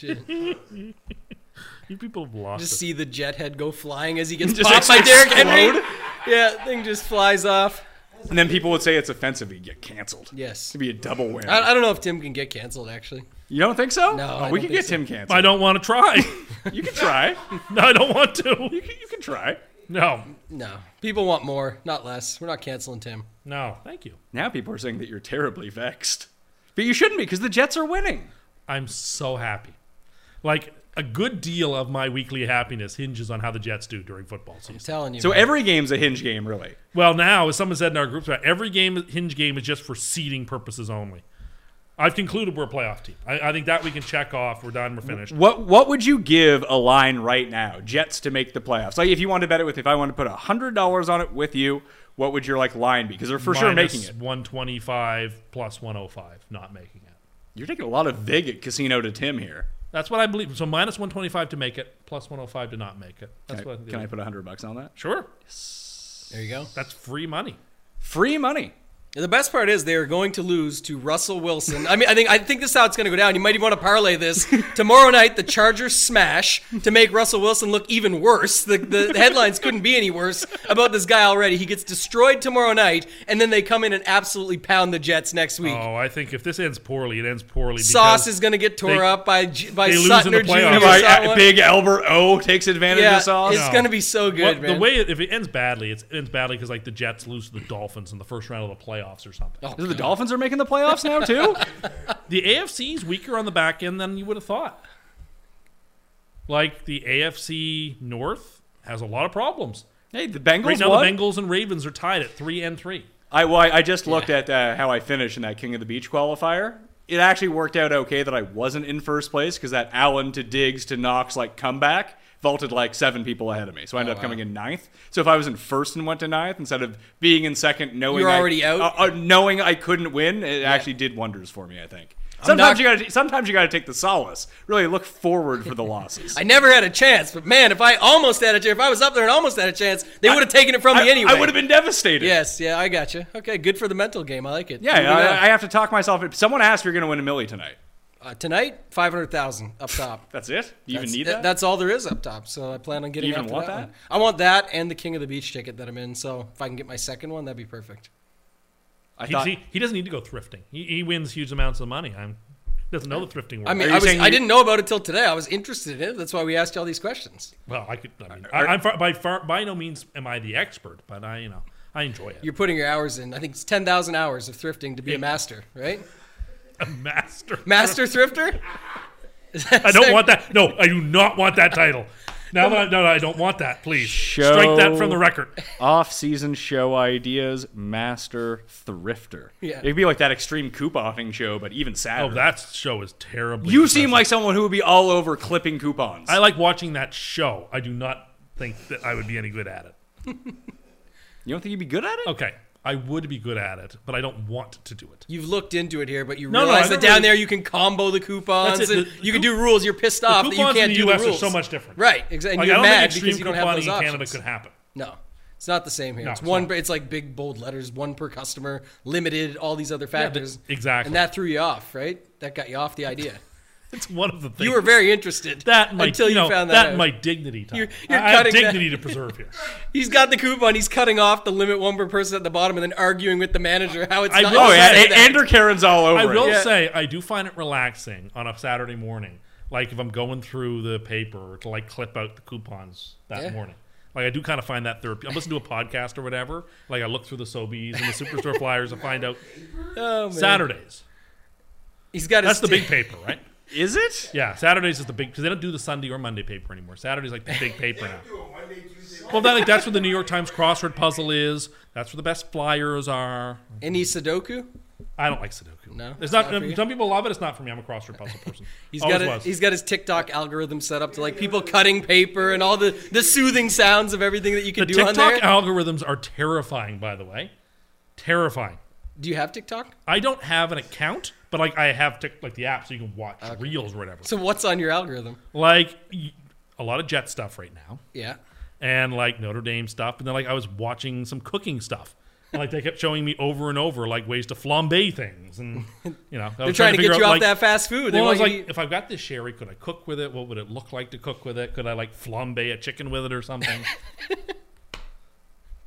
Speaker 5: you people have lost.
Speaker 4: Just
Speaker 5: it.
Speaker 4: see the jet head go flying as he gets
Speaker 3: Just
Speaker 4: popped by Derrick Henry.
Speaker 3: explode.
Speaker 4: Yeah, thing just flies off.
Speaker 3: And then people would say it's offensive. You get canceled.
Speaker 4: Yes.
Speaker 3: It'd be a double win.
Speaker 4: I, I don't know if Tim can get canceled actually.
Speaker 3: you don't think so?
Speaker 4: No,
Speaker 3: Oh,
Speaker 4: I
Speaker 3: we can
Speaker 4: don't think
Speaker 3: get
Speaker 4: so.
Speaker 3: Tim canceled.
Speaker 5: I don't want to try.
Speaker 3: You can try.
Speaker 5: no, I don't want to.
Speaker 3: you, can, you can try.
Speaker 5: No,
Speaker 4: No, people want more, not less. We're not canceling Tim.
Speaker 5: no. Thank you.
Speaker 3: Now people are saying that you're terribly vexed. But you shouldn't be because the Jets are winning.
Speaker 5: I'm so happy. Like a good deal of my weekly happiness hinges on how the Jets do during football season.
Speaker 4: I'm telling you.
Speaker 3: So
Speaker 4: man.
Speaker 3: every game's a hinge game, really.
Speaker 5: Well, now as someone said in our group chat, every game hinge game is just for seeding purposes only. I've concluded we're a playoff team. I, I think that we can check off. We're done. We're finished.
Speaker 3: What what would you give a line right now, Jets to make the playoffs? Like if you want to bet it with, if I want to put hundred dollars on it with you, what would your like line be? Because they're for sure making it.
Speaker 5: 125 plus 105, not making it.
Speaker 3: You're taking a lot of vig at casino to Tim here.
Speaker 5: That's what I believe. So minus 125 to make it, plus 105 to not make it. That's what I
Speaker 3: Can
Speaker 5: think.
Speaker 3: I put hundred bucks on that?
Speaker 5: Sure.
Speaker 4: there you go.
Speaker 5: That's free money.
Speaker 3: Free money.
Speaker 4: The best part is they are going to lose to Russell Wilson. I mean, I think I think this is how it's going to go down. You might even want to parlay this tomorrow night. The Chargers smash to make Russell Wilson look even worse. The, the headlines couldn't be any worse about this guy already. He gets destroyed tomorrow night, and then they come in and absolutely pound the Jets next week.
Speaker 5: Oh, I think if this ends poorly, it ends poorly.
Speaker 4: Sauce
Speaker 5: because
Speaker 4: is going to get tore
Speaker 5: they-
Speaker 4: up by J- by
Speaker 5: they lose
Speaker 4: Sutton
Speaker 5: in
Speaker 4: or
Speaker 5: the
Speaker 4: Junior.
Speaker 5: playoffs.
Speaker 4: or
Speaker 5: Am I-
Speaker 4: someone.
Speaker 3: big Albert O takes advantage
Speaker 4: yeah,
Speaker 3: of Sauce.
Speaker 4: it's
Speaker 5: No.
Speaker 4: going to be so
Speaker 5: Well,
Speaker 4: good, man.
Speaker 5: the way it, if it ends badly, it's, it ends badly because like the Jets lose to the Dolphins in the first round of the playoffs or something.
Speaker 4: Oh.
Speaker 3: So the Dolphins are making the playoffs now too.
Speaker 5: The AFC's weaker on the back end than you would have thought. Like the AFC North has a lot of problems.
Speaker 3: hey, the Bengals
Speaker 5: Right now,
Speaker 3: won.
Speaker 5: the Bengals and Ravens are tied at three and three.
Speaker 3: I, well, I I just looked at uh, how I finished in that King of the Beach qualifier. It actually worked out okay that I wasn't in first place because that Allen to Diggs to Knox like comeback vaulted like seven people ahead of me. So I ended
Speaker 4: Oh,
Speaker 3: up coming in ninth. So if I was in first and went to ninth instead of being in second, knowing
Speaker 4: You're
Speaker 3: I-
Speaker 4: already out?
Speaker 3: uh, uh, knowing I couldn't win, it actually did wonders for me. I think. Sometimes
Speaker 4: not-
Speaker 3: you gotta. Sometimes you gotta take the solace. Really look forward for the losses.
Speaker 4: I never had a chance, but man, if I almost had a chance, if I was up there and almost had a chance, they would have taken it from me anyway.
Speaker 3: would have been devastated.
Speaker 4: Yes, yeah, I gotcha. Okay, good for the mental game. I like it.
Speaker 3: Yeah,
Speaker 4: Moving on.
Speaker 3: I, I have to talk myself. If someone asked, "You're going to win a millie tonight."
Speaker 4: uh, tonight, five hundred thousand up top.
Speaker 3: That's it. You
Speaker 4: That's-
Speaker 3: even need
Speaker 4: th-
Speaker 3: that?
Speaker 4: That's all there is up top. So I plan on getting.
Speaker 3: You even
Speaker 4: after
Speaker 3: want
Speaker 4: that? one.
Speaker 3: that?
Speaker 4: I want that and the King of the Beach ticket that I'm in. So if I can get my second one, that'd be perfect.
Speaker 3: I
Speaker 5: He,
Speaker 3: thought.
Speaker 5: he, he doesn't need to go thrifting. He, he wins huge amounts of money. I'm doesn't know the thrifting world.
Speaker 4: I mean,
Speaker 3: you
Speaker 4: I, was,
Speaker 3: saying
Speaker 4: I
Speaker 3: you-
Speaker 4: didn't know about it till today. I was interested in it. That's why we asked you all these questions.
Speaker 5: well, I could. I mean, I, I'm far, by far by no means am I the expert, but I you know I enjoy it.
Speaker 4: You're putting your hours in. I think it's ten thousand hours of thrifting to be a master, right?
Speaker 5: a master.
Speaker 4: Master thrifter.
Speaker 5: I don't want that. No, I do not want that title. Now that I, no, no, I don't want that. Please strike that from the record.
Speaker 3: Off-season show ideas, master thrifter.
Speaker 4: Yeah.
Speaker 3: it'd be like that extreme couponing show, but even sadder.
Speaker 5: Oh, that show is terrible.
Speaker 3: you seem like someone who would be all over clipping coupons.
Speaker 5: I like watching that show. I do not think that I would be any good at it.
Speaker 3: you don't think you'd be good at it?
Speaker 5: Okay, I would be good at it, but I don't want to do it.
Speaker 4: You've looked into it here, but you
Speaker 5: No, no,
Speaker 4: realize
Speaker 5: I
Speaker 4: that
Speaker 5: never
Speaker 4: down
Speaker 5: really-
Speaker 4: there you can combo the coupons
Speaker 5: That's it,
Speaker 4: and
Speaker 5: the- the
Speaker 4: you can
Speaker 5: coup-
Speaker 4: do rules. You're pissed off that you
Speaker 5: coupons
Speaker 4: can't
Speaker 5: in the
Speaker 4: do the
Speaker 5: US
Speaker 4: rules.
Speaker 5: are so much different.
Speaker 4: Right, exactly. And
Speaker 5: Like, I
Speaker 4: you're
Speaker 5: don't
Speaker 4: mad
Speaker 5: think
Speaker 4: because
Speaker 5: extreme
Speaker 4: you don't have
Speaker 5: couponing
Speaker 4: those
Speaker 5: in
Speaker 4: options.
Speaker 5: Canada could happen.
Speaker 4: No, it's not the same here.
Speaker 5: No,
Speaker 4: it's
Speaker 5: it's
Speaker 4: one.
Speaker 5: not.
Speaker 4: but It's like big bold letters, one per customer, limited, all these other
Speaker 5: but-
Speaker 4: factors.
Speaker 5: exactly.
Speaker 4: And that threw you off, right? That got you off the idea.
Speaker 5: It's one of the things.
Speaker 4: You were very interested
Speaker 5: that might,
Speaker 4: until you,
Speaker 5: know,
Speaker 4: found that,
Speaker 5: that
Speaker 4: out.
Speaker 5: my dignity time.
Speaker 4: You're- you're
Speaker 5: I have
Speaker 4: cutting that-
Speaker 5: dignity to preserve here.
Speaker 4: He's got the coupon. He's cutting off the limit one per person at the bottom, and then arguing with the manager how it's
Speaker 5: I
Speaker 4: not.
Speaker 5: will
Speaker 3: Oh yeah,
Speaker 4: say
Speaker 3: and,
Speaker 4: that.
Speaker 3: and her Karen's all over.
Speaker 5: I will
Speaker 3: it.
Speaker 5: say I do find it relaxing on a Saturday morning, like if I'm going through the paper to like clip out the coupons that
Speaker 4: Yeah.
Speaker 5: morning. Like I do kind of find that therapy. I'm listening to a podcast or whatever. Like I look through the Sobeys and the Superstore flyers and find out
Speaker 4: Oh, man.
Speaker 5: Saturdays.
Speaker 4: He's got his
Speaker 5: That's the big paper, right?
Speaker 3: Is it?
Speaker 5: Yeah, Saturdays is the big because they don't do the Sunday or Monday paper anymore. Saturday's like the big paper now.
Speaker 2: Do a one day, Tuesday.
Speaker 5: Well, that, like that's where the New York Times crossword puzzle is. That's where the best flyers are.
Speaker 4: any Sudoku.
Speaker 5: I don't like Sudoku.
Speaker 4: No?
Speaker 5: it's not.
Speaker 4: Not for you?
Speaker 5: some people love it. It's not for me. I'm a crossword puzzle person.
Speaker 4: He's
Speaker 5: Always
Speaker 4: got a,
Speaker 5: was.
Speaker 4: he's got his TikTok algorithm set up to like people cutting paper and all the, the soothing sounds of everything that you can
Speaker 5: The
Speaker 4: do on
Speaker 5: TikTok
Speaker 4: there.
Speaker 5: algorithms are terrifying, by the way. Terrifying.
Speaker 4: do you have TikTok?
Speaker 5: I don't have an account, but like I have tic- like the app, so you can watch reels or whatever.
Speaker 4: So what's on your algorithm?
Speaker 5: like y- a lot of Jet stuff right now,
Speaker 4: Yeah.
Speaker 5: and like Notre Dame stuff, and then like I was watching some cooking stuff. And, like they kept showing me over and over like ways to flambe things, and you know I
Speaker 4: They're
Speaker 5: was
Speaker 4: trying to
Speaker 5: figure
Speaker 4: get you
Speaker 5: out,
Speaker 4: off
Speaker 5: like-
Speaker 4: that fast food. They
Speaker 5: Well, I
Speaker 4: want
Speaker 5: was
Speaker 4: you
Speaker 5: like,
Speaker 4: to eat-
Speaker 5: if I've got this sherry, could I cook with it? What would it look like to cook with it? Could I like flambe a chicken with it or something?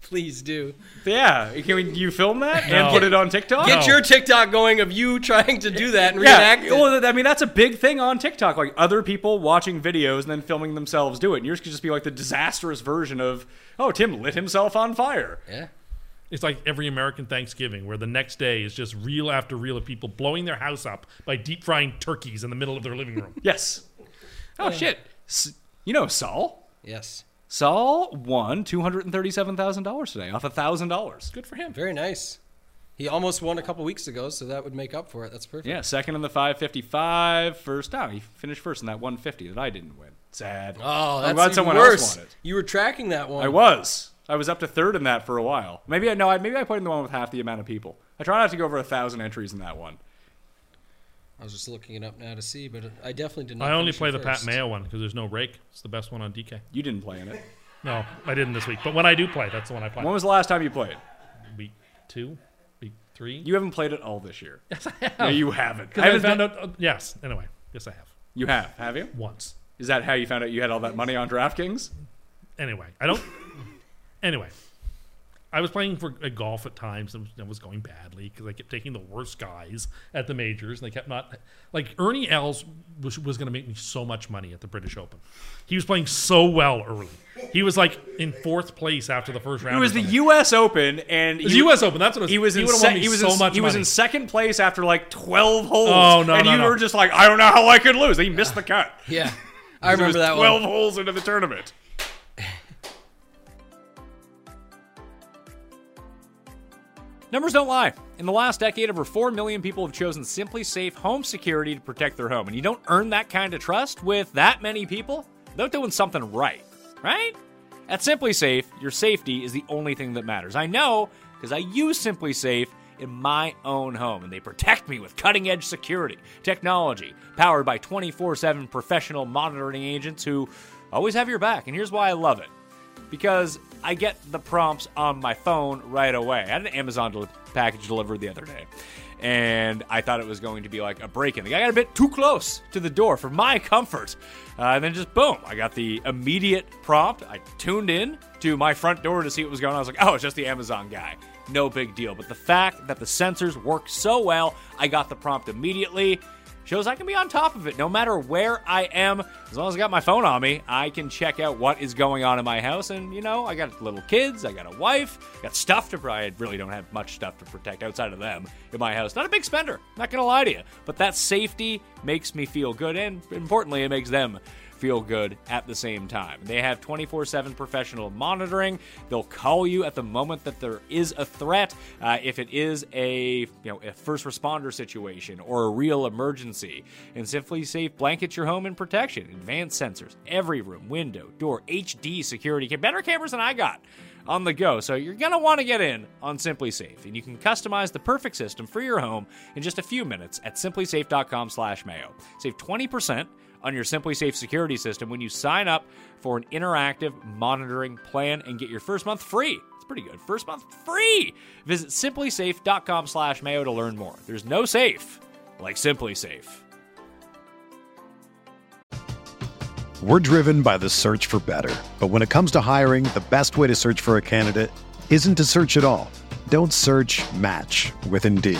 Speaker 4: please do.
Speaker 3: Yeah. Can we, you film that
Speaker 5: No.
Speaker 3: and put it on TikTok?
Speaker 4: Get
Speaker 5: No.
Speaker 4: your TikTok going of you trying to do that and reenact.
Speaker 3: yeah.
Speaker 4: it.
Speaker 3: Well, I mean that's a big thing on TikTok. Like other people watching videos and then filming themselves do it. And yours could just be like the disastrous version of, oh, Tim lit himself on fire.
Speaker 4: yeah.
Speaker 5: It's like every American Thanksgiving, where the next day is just reel after reel of people blowing their house up by deep frying turkeys in the middle of their living room.
Speaker 3: Yes. Oh shit. S- you know Saul.
Speaker 4: Yes.
Speaker 3: Saul won two hundred and thirty-seven thousand dollars today off a thousand dollars.
Speaker 5: Good for him.
Speaker 4: Very nice. He almost won a couple weeks ago, so that would make up for it. That's perfect.
Speaker 3: Yeah, second in the 555, first down. He finished first in that 150 that I didn't win. Sad.
Speaker 4: Oh, that's
Speaker 3: I'm glad
Speaker 4: even
Speaker 3: someone
Speaker 4: worse.
Speaker 3: else won it.
Speaker 4: You were tracking that one.
Speaker 3: I was. I was up to third in that for a while. Maybe I know. I Maybe I put in the one with half the amount of people. I try not to go over a thousand entries in that one.
Speaker 4: I was just looking it up now to see, but I definitely did not.
Speaker 5: I only
Speaker 4: finish
Speaker 5: play
Speaker 4: it
Speaker 5: the Pat
Speaker 4: first.
Speaker 5: Mayo one because there's no rake. It's the best one on DK.
Speaker 3: You didn't play in it.
Speaker 5: No, I didn't this week. But when I do play, that's the one I play.
Speaker 3: When was the last time you played?
Speaker 5: Week two, week three.
Speaker 3: You haven't played it all this year. Yes, I have. No, you haven't.
Speaker 5: I haven't found out. uh, yes. Anyway, yes, I have
Speaker 3: You have, have you?
Speaker 5: once.
Speaker 3: Is that how you found out you had all that money on DraftKings?
Speaker 5: Anyway, I don't. anyway, I was playing for uh, golf at times and it was going badly because I kept taking the worst guys at the majors and they kept not. Like Ernie Els was, was going to make me so much money at the British Open. He was playing so well early. He was like in fourth place after the first round.
Speaker 3: It
Speaker 5: or
Speaker 3: was the
Speaker 5: something.
Speaker 3: U.S. Open, and
Speaker 5: It was the U.S. Open. That's what it was.
Speaker 3: He was in
Speaker 5: would've
Speaker 3: se-
Speaker 5: won me
Speaker 3: he was
Speaker 5: so
Speaker 3: in,
Speaker 5: much
Speaker 3: he was
Speaker 5: money.
Speaker 3: in second place after like twelve holes.
Speaker 5: Oh, no,
Speaker 3: And
Speaker 5: no,
Speaker 3: you
Speaker 5: no.
Speaker 3: were just like, I don't know how I could lose. He missed the cut.
Speaker 4: Yeah. I
Speaker 3: He was
Speaker 4: remember that
Speaker 3: twelve
Speaker 4: one.
Speaker 3: holes into the tournament. Numbers don't lie. In the last decade, over 4 million people have chosen Simply Safe home security to protect their home. And you don't earn that kind of trust with that many people without doing something right, right? At Simply Safe, your safety is the only thing that matters. I know because I use Simply Safe in my own home, and they protect me with cutting edge security technology powered by 24 7 professional monitoring agents who always have your back. And here's why I love it because I get the prompts on my phone right away. I had an Amazon del- package delivered the other day, and I thought it was going to be like a break in. The guy got a bit too close to the door for my comfort. Uh, and then just boom, I got the immediate prompt. I tuned in to my front door to see what was going on. I was like, oh, it's just the Amazon guy. No big deal. But the fact that the sensors work so well, I got the prompt immediately shows I can be on top of it no matter where I am. As long as I got my phone on me, I can check out what is going on in my house. And, you know, I got little kids, I got a wife, got stuff to I really don't have much stuff to protect outside of them in my house. Not a big spender, not going to lie to you. But that safety makes me feel good. And importantly, it makes them feel good at the same time. They have 24 7 professional monitoring. They'll call you at the moment that there is a threat. Uh, if it is a you know a first responder situation or a real emergency, and Simply Safe blankets your home in protection. Advanced sensors, every room, window, door, HD security, cam- better cameras than I got on the go. So you're going to want to get in on Simply Safe, and you can customize the perfect system for your home in just a few minutes at simplysafe.com/mayo. Save 20% on your Simply Safe security system when you sign up for an interactive monitoring plan and get your first month free. It's pretty good. First month free. Visit simplysafe.com/mayo to learn more. There's no safe like Simply Safe.
Speaker 7: We're driven by the search for better. But when it comes to hiring, the best way to search for a candidate isn't to search at all. Don't search match with Indeed.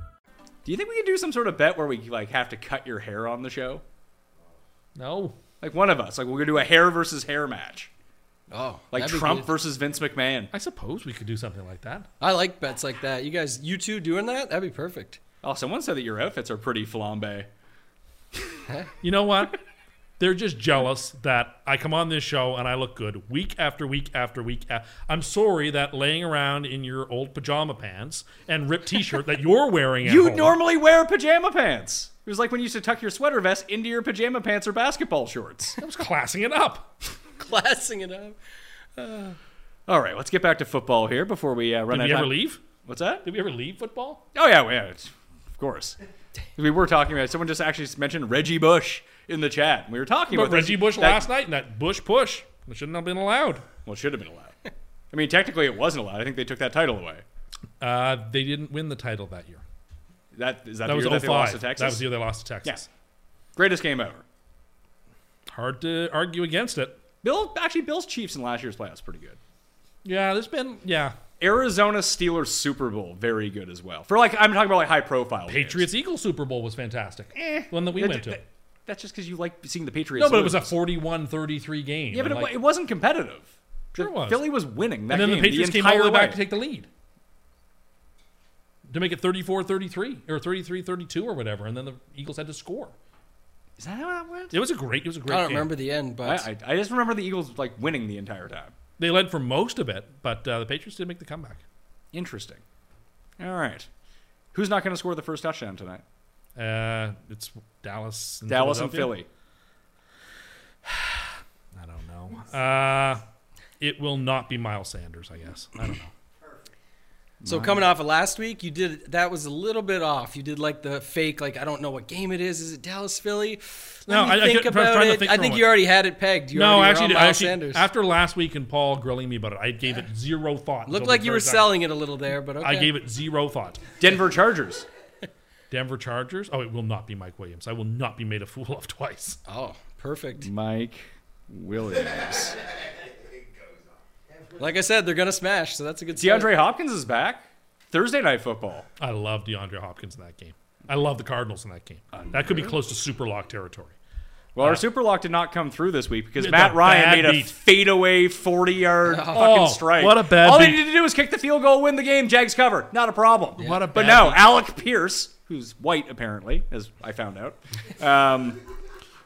Speaker 3: Do you think we can do some sort of bet where we like have to cut your hair on the show?
Speaker 5: No.
Speaker 3: Like one of us, like we're gonna do a hair versus hair match,
Speaker 4: Oh,
Speaker 3: like
Speaker 4: that'd be
Speaker 3: Trump
Speaker 4: good.
Speaker 3: versus Vince McMahon.
Speaker 5: I suppose we could do something like that.
Speaker 4: I like bets like that. You guys, you two doing that? That'd be perfect.
Speaker 3: Oh, someone said that your outfits are pretty flambe.
Speaker 5: You know what? They're just jealous that I come on this show and I look good week after week after week. a- I'm sorry that laying around in your old pajama pants and ripped t-shirt that you're wearing. At
Speaker 3: You
Speaker 5: home-
Speaker 3: normally wear pajama pants. It was like when you used to tuck your sweater vest into your pajama pants or basketball shorts.
Speaker 5: I was classing it up.
Speaker 4: Classing it up.
Speaker 3: All right, let's get back to football here before we uh, run
Speaker 5: Did
Speaker 3: out
Speaker 5: we
Speaker 3: of
Speaker 5: ever
Speaker 3: time.
Speaker 5: leave?
Speaker 3: What's that?
Speaker 5: Did we ever leave football?
Speaker 3: Oh yeah, yeah, it's- of course. We were talking about. Someone just actually mentioned Reggie Bush in the chat. We were talking
Speaker 5: But
Speaker 3: about this-
Speaker 5: Reggie Bush
Speaker 3: that-
Speaker 5: last night and that Bush push that shouldn't have been allowed.
Speaker 3: Well, it should have been allowed. I mean, technically, it wasn't allowed. I think they took that title away.
Speaker 5: Uh, they didn't win the title that year.
Speaker 3: That is that,
Speaker 5: That
Speaker 3: the
Speaker 5: was
Speaker 3: year that they lost to
Speaker 5: 05.
Speaker 3: Texas.
Speaker 5: That was the year they lost to Texas.
Speaker 3: Yes. Greatest game ever.
Speaker 5: Hard to argue against it.
Speaker 3: Bill actually Bill's Chiefs in last year's playoffs pretty good.
Speaker 5: Yeah, there's been yeah
Speaker 3: Arizona Steelers Super Bowl very good as well. For like I'm talking about like high profile games.
Speaker 5: Patriots Eagles Super Bowl was fantastic. Eh, one that we
Speaker 3: That-
Speaker 5: went to.
Speaker 3: that- that's just because you like seeing the Patriots.
Speaker 5: No, but it was a
Speaker 3: lose.
Speaker 5: 41-33 game.
Speaker 3: yeah, but
Speaker 5: and,
Speaker 3: it, wa-
Speaker 5: like,
Speaker 3: it wasn't competitive.
Speaker 5: Sure it was.
Speaker 3: Philly was winning that
Speaker 5: and then
Speaker 3: game
Speaker 5: the Patriots came all
Speaker 3: entire
Speaker 5: the way back to
Speaker 3: way.
Speaker 5: take the lead to make it 34-33 or 33-32 or whatever, and then the Eagles had to score.
Speaker 3: Is that how that went?
Speaker 5: It was a great. It was a great.
Speaker 4: I don't
Speaker 5: game.
Speaker 4: remember the end, but
Speaker 3: I, I, I just remember the Eagles like winning the entire time.
Speaker 5: They led for most of it, but uh, the Patriots did make the comeback.
Speaker 3: Interesting. All right. Who's not going to score the first touchdown tonight?
Speaker 5: Uh, it's Dallas, and
Speaker 3: Dallas and
Speaker 5: Philadelphia?
Speaker 3: Philly.
Speaker 5: I don't know. Uh, it will not be Miles Sanders, I guess. I don't know.
Speaker 4: So coming off of last week, you did that was a little bit off. You did like the fake, like I don't know what game it is. Is it Dallas Philly? Let
Speaker 5: No,
Speaker 4: me
Speaker 5: I- I
Speaker 4: think
Speaker 5: get- I'm
Speaker 4: about
Speaker 5: trying to
Speaker 4: it.
Speaker 5: think
Speaker 4: I
Speaker 5: for
Speaker 4: think
Speaker 5: one.
Speaker 4: you already had it pegged. You
Speaker 5: No,
Speaker 4: already
Speaker 5: I
Speaker 4: were
Speaker 5: actually,
Speaker 4: on
Speaker 5: did- I
Speaker 4: Miles
Speaker 5: actually-
Speaker 4: Sanders.
Speaker 5: after last week and Paul grilling me about it, I gave it zero thought.
Speaker 4: Looked
Speaker 5: until
Speaker 4: like
Speaker 5: the
Speaker 4: you were
Speaker 5: very second.
Speaker 4: selling it a little there, but okay.
Speaker 5: I gave it zero thought.
Speaker 3: Denver Chargers.
Speaker 5: Denver Chargers. Oh, it will not be Mike Williams. I will not be made a fool of twice.
Speaker 4: Oh, perfect.
Speaker 8: Mike Williams.
Speaker 4: Like I said, they're gonna smash, so that's a good. start.
Speaker 3: DeAndre Hopkins is back. Thursday night football.
Speaker 5: I love DeAndre Hopkins in that game. I love the Cardinals in that game. That could be close to super lock territory.
Speaker 3: Well, our super lock did not come through this week because
Speaker 5: It's
Speaker 3: Matt
Speaker 5: a
Speaker 3: Ryan
Speaker 5: bad
Speaker 3: made a
Speaker 5: beat.
Speaker 3: fadeaway 40 yard
Speaker 5: Oh,
Speaker 3: fucking strike.
Speaker 5: what a bad
Speaker 3: All
Speaker 5: beat.
Speaker 3: they needed to do was kick the field goal, win the game, Jags cover. Not a problem.
Speaker 5: What a
Speaker 3: But
Speaker 5: bad
Speaker 3: no,
Speaker 5: beat.
Speaker 3: Alec Pierce, who's white apparently, as I found out. Um,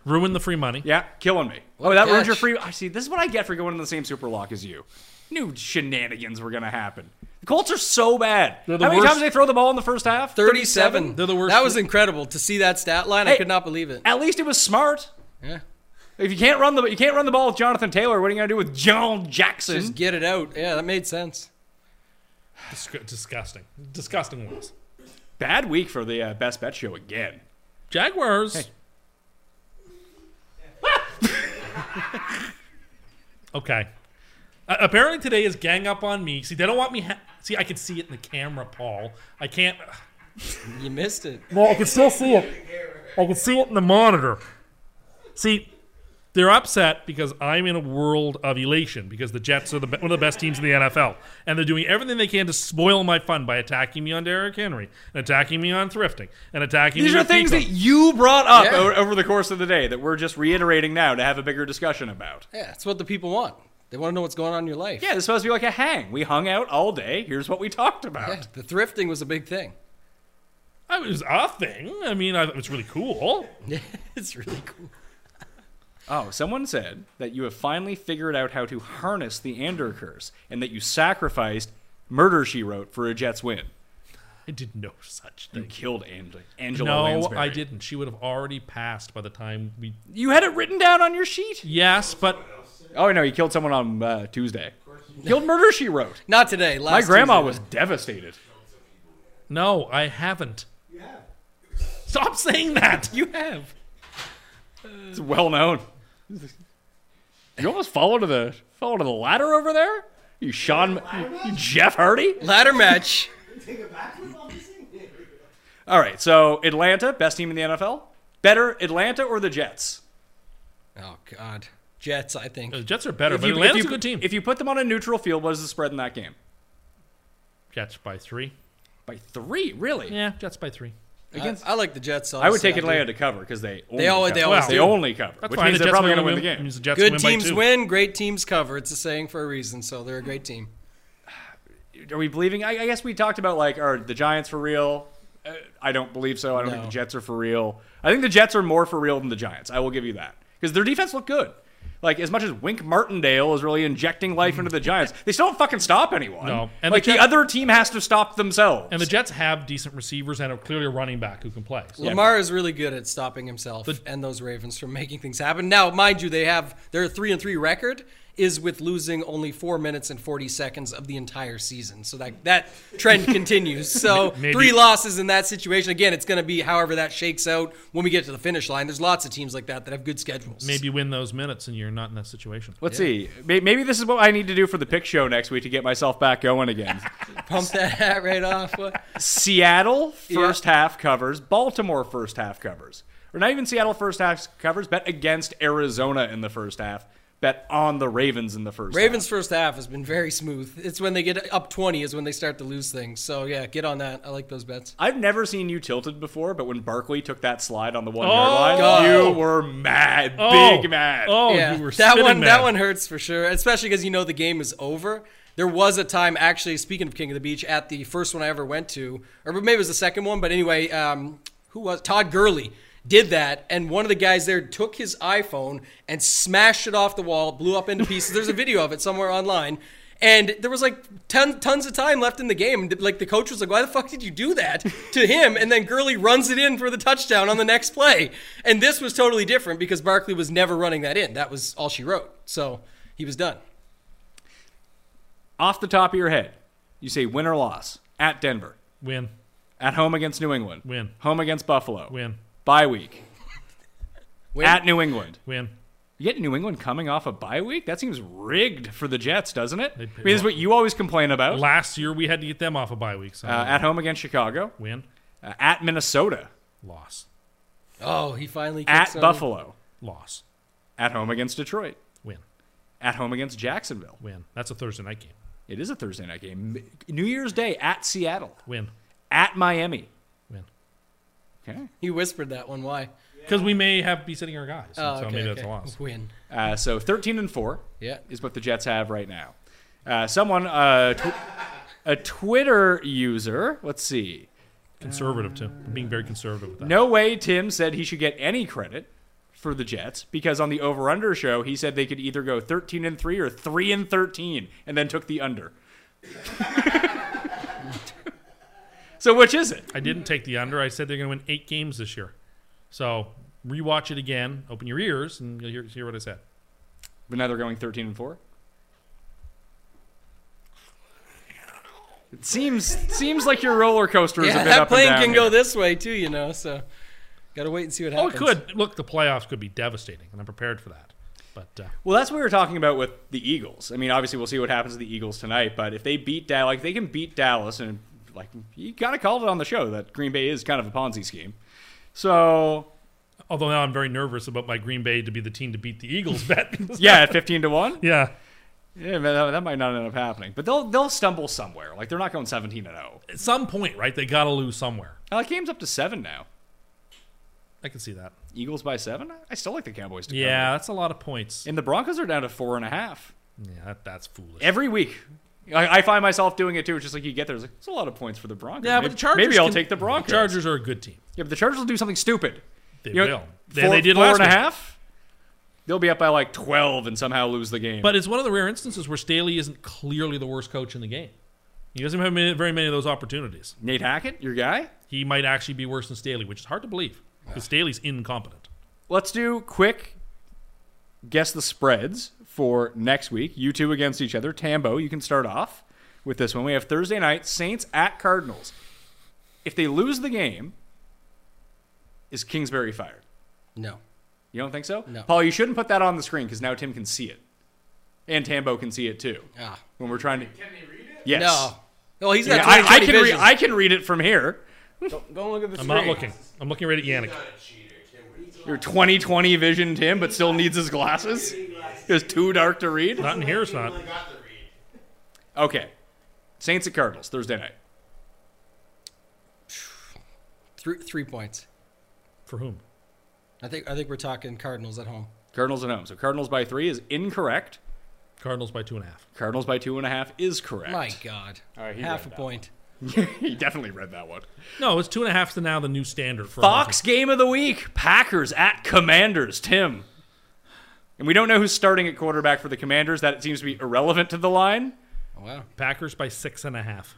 Speaker 5: Ruin the free money.
Speaker 3: yeah, killing me. oh, that ruined your
Speaker 4: catch.
Speaker 3: free. I see. This is what I get for going to the same super lock as you. Knew shenanigans were gonna happen. The Colts are so bad.
Speaker 5: They're the
Speaker 3: How many
Speaker 5: worst-
Speaker 3: times they throw the ball in the first half?
Speaker 4: 37.
Speaker 5: They're the worst.
Speaker 4: That was incredible to see that stat line. I
Speaker 3: Hey.
Speaker 4: could not believe it.
Speaker 3: At least it was smart.
Speaker 4: Yeah.
Speaker 3: If you can't run the you can't run the ball with Jonathan Taylor, what are you gonna do with John Jackson?
Speaker 4: Just get it out. Yeah, that made sense.
Speaker 5: Dis- disgusting. Disgusting ones.
Speaker 3: Bad week for the uh, best bet show again.
Speaker 5: Jaguars. okay. Uh, apparently today is gang up on me. See, they don't want me. Ha- see, I can see it in the camera, Paul. I can't.
Speaker 4: You missed it.
Speaker 5: No, I can still see it. I can see it in the monitor. See, they're upset because I'm in a world of elation because the Jets are the be- one of the best teams in the NFL, and they're doing everything they can to spoil my fun by attacking me on Derrick Henry and attacking me on thrifting and attacking.
Speaker 3: These
Speaker 5: me
Speaker 3: are
Speaker 5: with
Speaker 3: things
Speaker 5: Pico.
Speaker 3: that you brought up
Speaker 4: Yeah.
Speaker 3: o- over the course of the day that we're just reiterating now to have a bigger discussion about.
Speaker 4: Yeah, that's what the people want. They want to know what's going on in your life.
Speaker 3: Yeah, this is supposed to be like a hang. We hung out all day. Here's what we talked about.
Speaker 4: Yeah, the thrifting was a big thing.
Speaker 5: I mean, it was a thing. I mean, I, it was really cool.
Speaker 4: it's really cool.
Speaker 3: Oh, someone said that you have finally figured out how to harness the Ander curse and that you sacrificed Murder She Wrote for a Jets win.
Speaker 5: I did no such
Speaker 3: You
Speaker 5: thing.
Speaker 3: killed Angela. Angela
Speaker 5: No,
Speaker 3: Lansbury.
Speaker 5: I didn't. She would have already passed by the time we.
Speaker 3: You had it written down on your sheet.
Speaker 5: Yes, but
Speaker 3: Oh no, you killed someone on uh, Tuesday. Killed Murder She Wrote.
Speaker 4: Not today. Last
Speaker 3: My grandma
Speaker 4: Tuesday.
Speaker 3: was devastated.
Speaker 5: no, I haven't. You have. Stop saying that.
Speaker 3: You have. It's well known. You almost follow to the follow to the ladder over there. You Sean, you Jeff Hardy.
Speaker 4: ladder match.
Speaker 3: All right, so Atlanta, best team in the NFL. Better Atlanta or the Jets?
Speaker 4: Oh God, Jets. I think
Speaker 5: The Jets are better, but
Speaker 3: you-
Speaker 5: Atlanta's
Speaker 3: you-
Speaker 5: a good team.
Speaker 3: If you put them on a neutral field, what is the spread in that game?
Speaker 5: Jets by three.
Speaker 3: By three, really?
Speaker 5: Yeah, Jets by three.
Speaker 4: I, I like the Jets.
Speaker 3: I would
Speaker 4: honestly,
Speaker 3: take
Speaker 4: do.
Speaker 3: Atlanta to cover because they only
Speaker 4: always-
Speaker 3: cover.
Speaker 4: they always
Speaker 3: they
Speaker 4: do.
Speaker 3: only cover, which means they're probably going to win the game.
Speaker 5: Means the Jets
Speaker 4: Good
Speaker 5: win by
Speaker 4: teams
Speaker 5: two.
Speaker 4: win, great teams cover. It's a saying for a reason. So they're a great team.
Speaker 3: Are we believing? I, I guess we talked about like, are the Giants for real? Uh, I don't believe so. I don't think
Speaker 4: No.
Speaker 3: the Jets are for real. I think the Jets are more for real than the Giants. I will give you that because their defense looked good. Like as much as Wink Martindale is really injecting life into the Giants, they still don't fucking stop anyone.
Speaker 5: No.
Speaker 3: and
Speaker 5: And the
Speaker 3: like the,
Speaker 5: Jets-
Speaker 3: other team has to stop themselves.
Speaker 5: And the Jets have decent receivers and are clearly a running back who can play. So
Speaker 4: Lamar is really good at stopping himself and those Ravens from making things happen. Now, mind you, they have their three and three record is with losing only four minutes and forty seconds of the entire season. So that that trend continues. So
Speaker 5: Maybe-
Speaker 4: three losses in that situation. Again, it's going to be however that shakes out when we get to the finish line. There's lots of teams like that that have good schedules.
Speaker 5: maybe win those minutes and you're not in that situation.
Speaker 3: Let's see. May- Maybe this is what I need to do for the pick show next week to get myself back going again.
Speaker 4: pump that hat right off. What?
Speaker 3: Seattle first half covers, Baltimore first half covers. Or not even Seattle first half covers, bet against Arizona in the first half, bet on the Ravens in the first
Speaker 4: Ravens first half has been very smooth. It's when they get up 20 is when they start to lose things. So yeah, get on that. I like those bets.
Speaker 3: half. I've never seen you tilted before, but when Barkley took that slide on the one
Speaker 5: Oh,
Speaker 3: yard
Speaker 4: God.
Speaker 3: line, you were mad.
Speaker 5: Oh,
Speaker 3: Big mad.
Speaker 5: Oh,
Speaker 4: yeah,
Speaker 5: you were
Speaker 4: that
Speaker 5: spitting
Speaker 4: one
Speaker 5: mad.
Speaker 4: that one hurts for sure, especially because you know the game is over. There was a time, actually, speaking of King of the Beach, at the first one I ever went to, or maybe it was the second one, but anyway, um, who was Todd Gurley did that, and one of the guys there took his iPhone and smashed it off the wall, blew up into pieces. There's a video of it somewhere online. And there was like ton, tons of time left in the game. Like the coach was like, "Why the fuck did you do that to him?" And then Gurley runs it in for the touchdown on the next play. And this was totally different because Barkley was never running that in. That was all she wrote. So he was done.
Speaker 3: Off the top of your head, you say win or loss. At Denver.
Speaker 5: Win.
Speaker 3: At home against New England.
Speaker 5: Win.
Speaker 3: Home against Buffalo.
Speaker 5: Win.
Speaker 3: Bye week. At New England.
Speaker 5: Win.
Speaker 3: Yet New England coming off a bye week? That seems rigged for the Jets, doesn't it? I mean, this is what you always complain about. Uh,
Speaker 5: Last year we had to get them off a bye week.
Speaker 4: Uh.
Speaker 5: So
Speaker 3: at home against Chicago.
Speaker 5: win.
Speaker 3: Uh, at Minnesota.
Speaker 5: Loss.
Speaker 4: Oh, he finally
Speaker 3: At
Speaker 4: kicks on-
Speaker 3: Buffalo.
Speaker 5: Loss.
Speaker 3: At home against Detroit.
Speaker 5: Win.
Speaker 3: At home against Jacksonville.
Speaker 5: Win. That's a Thursday night game.
Speaker 3: It is a Thursday night game. New Year's Day at Seattle.
Speaker 5: Win.
Speaker 3: At Miami.
Speaker 5: Win.
Speaker 3: Okay.
Speaker 4: He whispered that one. Why?
Speaker 5: Because we may have be sitting our guys.
Speaker 4: Oh,
Speaker 5: so
Speaker 4: okay,
Speaker 5: maybe that's
Speaker 4: okay.
Speaker 5: a loss.
Speaker 4: Win.
Speaker 3: Uh, so 13 and 4
Speaker 4: Yeah.
Speaker 3: is what the Jets have right now. Uh, someone, uh, tw- a Twitter user, let's see.
Speaker 5: Conservative too. I'm being very conservative with that.
Speaker 3: No way Tim said he should get any credit for the Jets because on the over under show, he said they could either go 13 and 3 or 3 and 13 and then took the under. so which is it?
Speaker 5: I didn't take the under. I said they're going to win eight games this year. So rewatch it again. Open your ears and you'll hear, hear what I said.
Speaker 3: But now they're going 13 and 4. It seems seems like your roller coaster is a
Speaker 4: Yeah,
Speaker 3: bit
Speaker 4: that
Speaker 3: up and
Speaker 4: plane
Speaker 3: down
Speaker 4: can go
Speaker 3: here.
Speaker 4: this way too, you know. So, gotta wait and see what
Speaker 5: Oh,
Speaker 4: happens.
Speaker 5: it could. Look, the playoffs could be devastating, and I'm prepared for that. But uh,
Speaker 3: Well, that's what we were talking about with the Eagles. I mean, obviously, we'll see what happens to the Eagles tonight. But if they beat Dallas, like they can beat Dallas, and like you kind of called it on the show that Green Bay is kind of a Ponzi scheme. So
Speaker 5: although now I'm very nervous about my Green Bay to be the team to beat the Eagles bet. because-
Speaker 3: yeah, at fifteen to one,
Speaker 5: yeah.
Speaker 3: yeah, man, that, that might not end up happening. But they'll they'll stumble somewhere. Like they're not going seventeen and zero.
Speaker 5: At some point, right? They got to lose somewhere.
Speaker 3: Now, That game's up to seven now.
Speaker 5: I can see that.
Speaker 3: Eagles by seven. I still like the Cowboys to
Speaker 5: Yeah,
Speaker 3: cover.
Speaker 5: that's a lot of points.
Speaker 3: And the Broncos are down to four and a half
Speaker 5: Yeah, that, that's foolish.
Speaker 3: every week. I, I find myself doing it too. It's just like you get there. It's like it's a lot of points for the Broncos.
Speaker 5: yeah,
Speaker 3: maybe,
Speaker 5: but the Chargers.
Speaker 3: Maybe I'll
Speaker 5: can-
Speaker 3: take the Broncos.
Speaker 5: Chargers are a good team.
Speaker 3: Yeah, but the Chargers will do something stupid.
Speaker 5: They
Speaker 3: You know,
Speaker 5: will. They,
Speaker 3: four-
Speaker 5: they did
Speaker 3: four
Speaker 5: last
Speaker 3: and a
Speaker 5: week.
Speaker 3: half, They'll be up by like twelve and somehow lose the game.
Speaker 5: But it's one of the rare instances where Staley isn't clearly the worst coach in the game. He doesn't have many, very many of those opportunities.
Speaker 3: Nate Hackett, your guy.
Speaker 5: He might actually be worse than Staley, which is hard to believe because Staley's incompetent.
Speaker 3: Let's do quick guess the spreads for next week. You two against each other. Tambo, you can start off with this one. We have Thursday night Saints at Cardinals. If they lose the game, is Kingsbury fired?
Speaker 4: No.
Speaker 3: You don't think so?
Speaker 4: No.
Speaker 3: Paul, you shouldn't put that on the screen because now Tim can see it, and Tambo can see it too.
Speaker 4: Ah.
Speaker 3: When we're trying to, can they read it? Yes.
Speaker 4: No. Well, he's
Speaker 3: Yeah,
Speaker 4: got
Speaker 3: I,
Speaker 4: 20/20
Speaker 3: I can read.
Speaker 4: vision.
Speaker 3: I can read it from here.
Speaker 6: Don't, don't look at the
Speaker 5: I'm
Speaker 6: screen.
Speaker 5: not looking. I'm looking right at Yannick.
Speaker 3: Your 20/20 vision, Tim, but still needs his glasses. It's too dark to read.
Speaker 5: Not in here, it's not.
Speaker 3: Okay. Saints at Cardinals Thursday night.
Speaker 4: three, three points.
Speaker 5: For whom?
Speaker 4: I think. I think we're talking Cardinals at home.
Speaker 3: Cardinals at home. So Cardinals by three is incorrect.
Speaker 5: Cardinals by two and a half.
Speaker 3: Cardinals by two and a half is correct.
Speaker 4: My God.
Speaker 6: right, he
Speaker 4: Half a
Speaker 6: read that
Speaker 4: point.
Speaker 3: he definitely read that one.
Speaker 5: No, it's two and a half to now the new standard for
Speaker 3: Fox game of the week: Packers at Commanders. Tim. And we don't know who's starting at quarterback for the Commanders. That seems to be irrelevant to the line.
Speaker 4: Oh, wow.
Speaker 5: Packers by six and a half.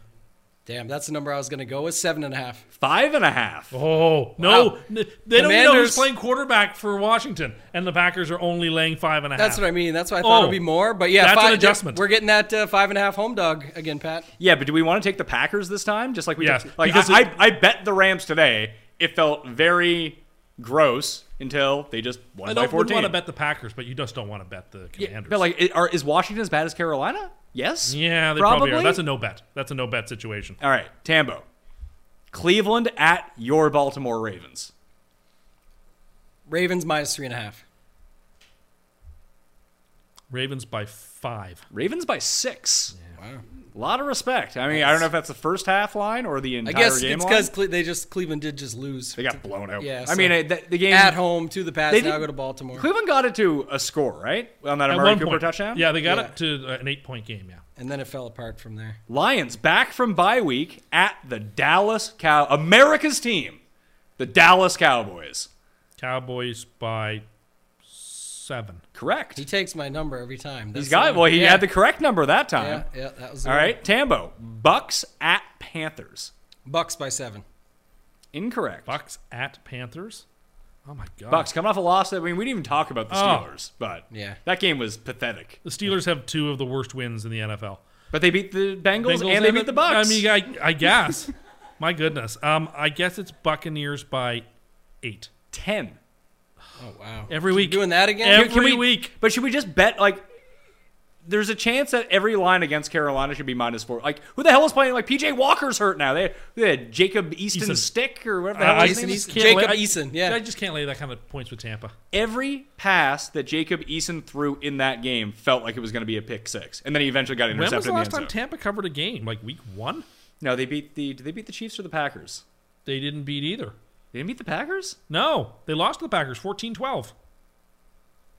Speaker 4: Damn, that's the number I was gonna go with. Seven and a half.
Speaker 3: Five and a half.
Speaker 5: Oh no!
Speaker 4: Wow.
Speaker 5: N- They don't even know
Speaker 4: Commanders-
Speaker 5: who's playing quarterback for Washington, and the Packers are only laying five and a half.
Speaker 4: That's what I mean. That's why I thought
Speaker 5: Oh.
Speaker 4: it'd be more. But yeah,
Speaker 5: That's an
Speaker 4: five,
Speaker 5: adjustment.
Speaker 4: We're getting that uh, five and a half home dog again, Pat.
Speaker 3: Yeah, but do we want to take the Packers this time? Just like we
Speaker 5: Yes,
Speaker 3: did. Like
Speaker 5: because
Speaker 3: I,
Speaker 5: it-
Speaker 3: I, I bet the Rams today. It felt very gross until they just won
Speaker 5: I
Speaker 3: by
Speaker 5: don't want
Speaker 3: fourteen.
Speaker 5: to bet the Packers, but you just don't want to bet the
Speaker 3: yeah,
Speaker 5: Commanders.
Speaker 3: but like, i- are, is Washington as bad as Carolina? Yes.
Speaker 5: Yeah, they probably, are. That's a no bet. That's a no bet situation.
Speaker 3: All right, Tambo. Cleveland at your Baltimore Ravens.
Speaker 4: Ravens minus three and a half.
Speaker 5: Ravens by five.
Speaker 3: Ravens by six. A lot of respect. I mean, I don't know if that's the first half line or the
Speaker 4: I
Speaker 3: entire
Speaker 4: guess
Speaker 3: game
Speaker 4: it's
Speaker 3: line.
Speaker 4: because Cle- they just Cleveland did just lose
Speaker 3: they got blown out.
Speaker 4: Yeah,
Speaker 3: I
Speaker 4: so-
Speaker 3: mean, I- the, the game
Speaker 4: at home to the Pats.
Speaker 3: They
Speaker 4: Now
Speaker 3: did-
Speaker 4: go to Baltimore,
Speaker 3: Cleveland got it to a score, right? On that
Speaker 5: At
Speaker 3: Amari
Speaker 5: one
Speaker 3: Cooper
Speaker 5: point,
Speaker 3: touchdown.
Speaker 5: Yeah, they got
Speaker 4: Yeah.
Speaker 5: it to uh, an eight point game. Yeah,
Speaker 4: and then it fell apart from there.
Speaker 3: Lions back from bye week at the Dallas Cow America's team, the Dallas Cowboys.
Speaker 5: Cowboys by seven.
Speaker 3: Correct.
Speaker 4: He takes my number every time. That's
Speaker 3: He's got
Speaker 4: the-
Speaker 3: well. He
Speaker 4: yeah,
Speaker 3: had the correct number that
Speaker 4: Yeah,
Speaker 3: time.
Speaker 4: yeah, that was the
Speaker 3: All
Speaker 4: one.
Speaker 3: right, Tambo Bucks at Panthers.
Speaker 4: Bucks by seven.
Speaker 3: Incorrect.
Speaker 5: Bucks at Panthers. Oh my god.
Speaker 3: Bucks coming off a loss. I mean, we didn't even talk about the
Speaker 5: Oh.
Speaker 3: Steelers, but
Speaker 4: Yeah.
Speaker 3: that game was pathetic.
Speaker 5: The Steelers have two of the worst wins in the NFL.
Speaker 3: But they beat the Bengals,
Speaker 5: Bengals
Speaker 3: and they beat the
Speaker 5: I
Speaker 3: Bucks.
Speaker 5: mean, I, I guess. My goodness. Um, I guess it's Buccaneers by eight
Speaker 3: ten
Speaker 4: Oh wow.
Speaker 5: every week.
Speaker 4: Doing that again?
Speaker 5: Every
Speaker 3: Can we-
Speaker 5: week.
Speaker 3: But should we just bet like? There's a chance that every line against Carolina should be minus four. Like, who the hell is playing? Like, PJ Walker's hurt now. They, they had Jacob Easton,
Speaker 5: Eason.
Speaker 3: Stick or whatever the
Speaker 5: I-
Speaker 3: hell
Speaker 5: I
Speaker 3: his
Speaker 5: just
Speaker 3: name is.
Speaker 5: can't
Speaker 4: Jacob
Speaker 5: lay- I-
Speaker 4: Eason, yeah.
Speaker 5: I just can't lay that kind of points with Tampa.
Speaker 3: Every pass that Jacob Eason threw in that game felt like it was going to be a pick six, and then he eventually got
Speaker 5: When was
Speaker 3: intercepted
Speaker 5: the
Speaker 3: in the
Speaker 5: last
Speaker 3: end
Speaker 5: time
Speaker 3: zone.
Speaker 5: Tampa covered a game? Like week one?
Speaker 3: no, they beat the. Did they beat the Chiefs or the Packers?
Speaker 5: They didn't beat either.
Speaker 3: They didn't beat the Packers.
Speaker 5: No, they lost to the Packers 14 12.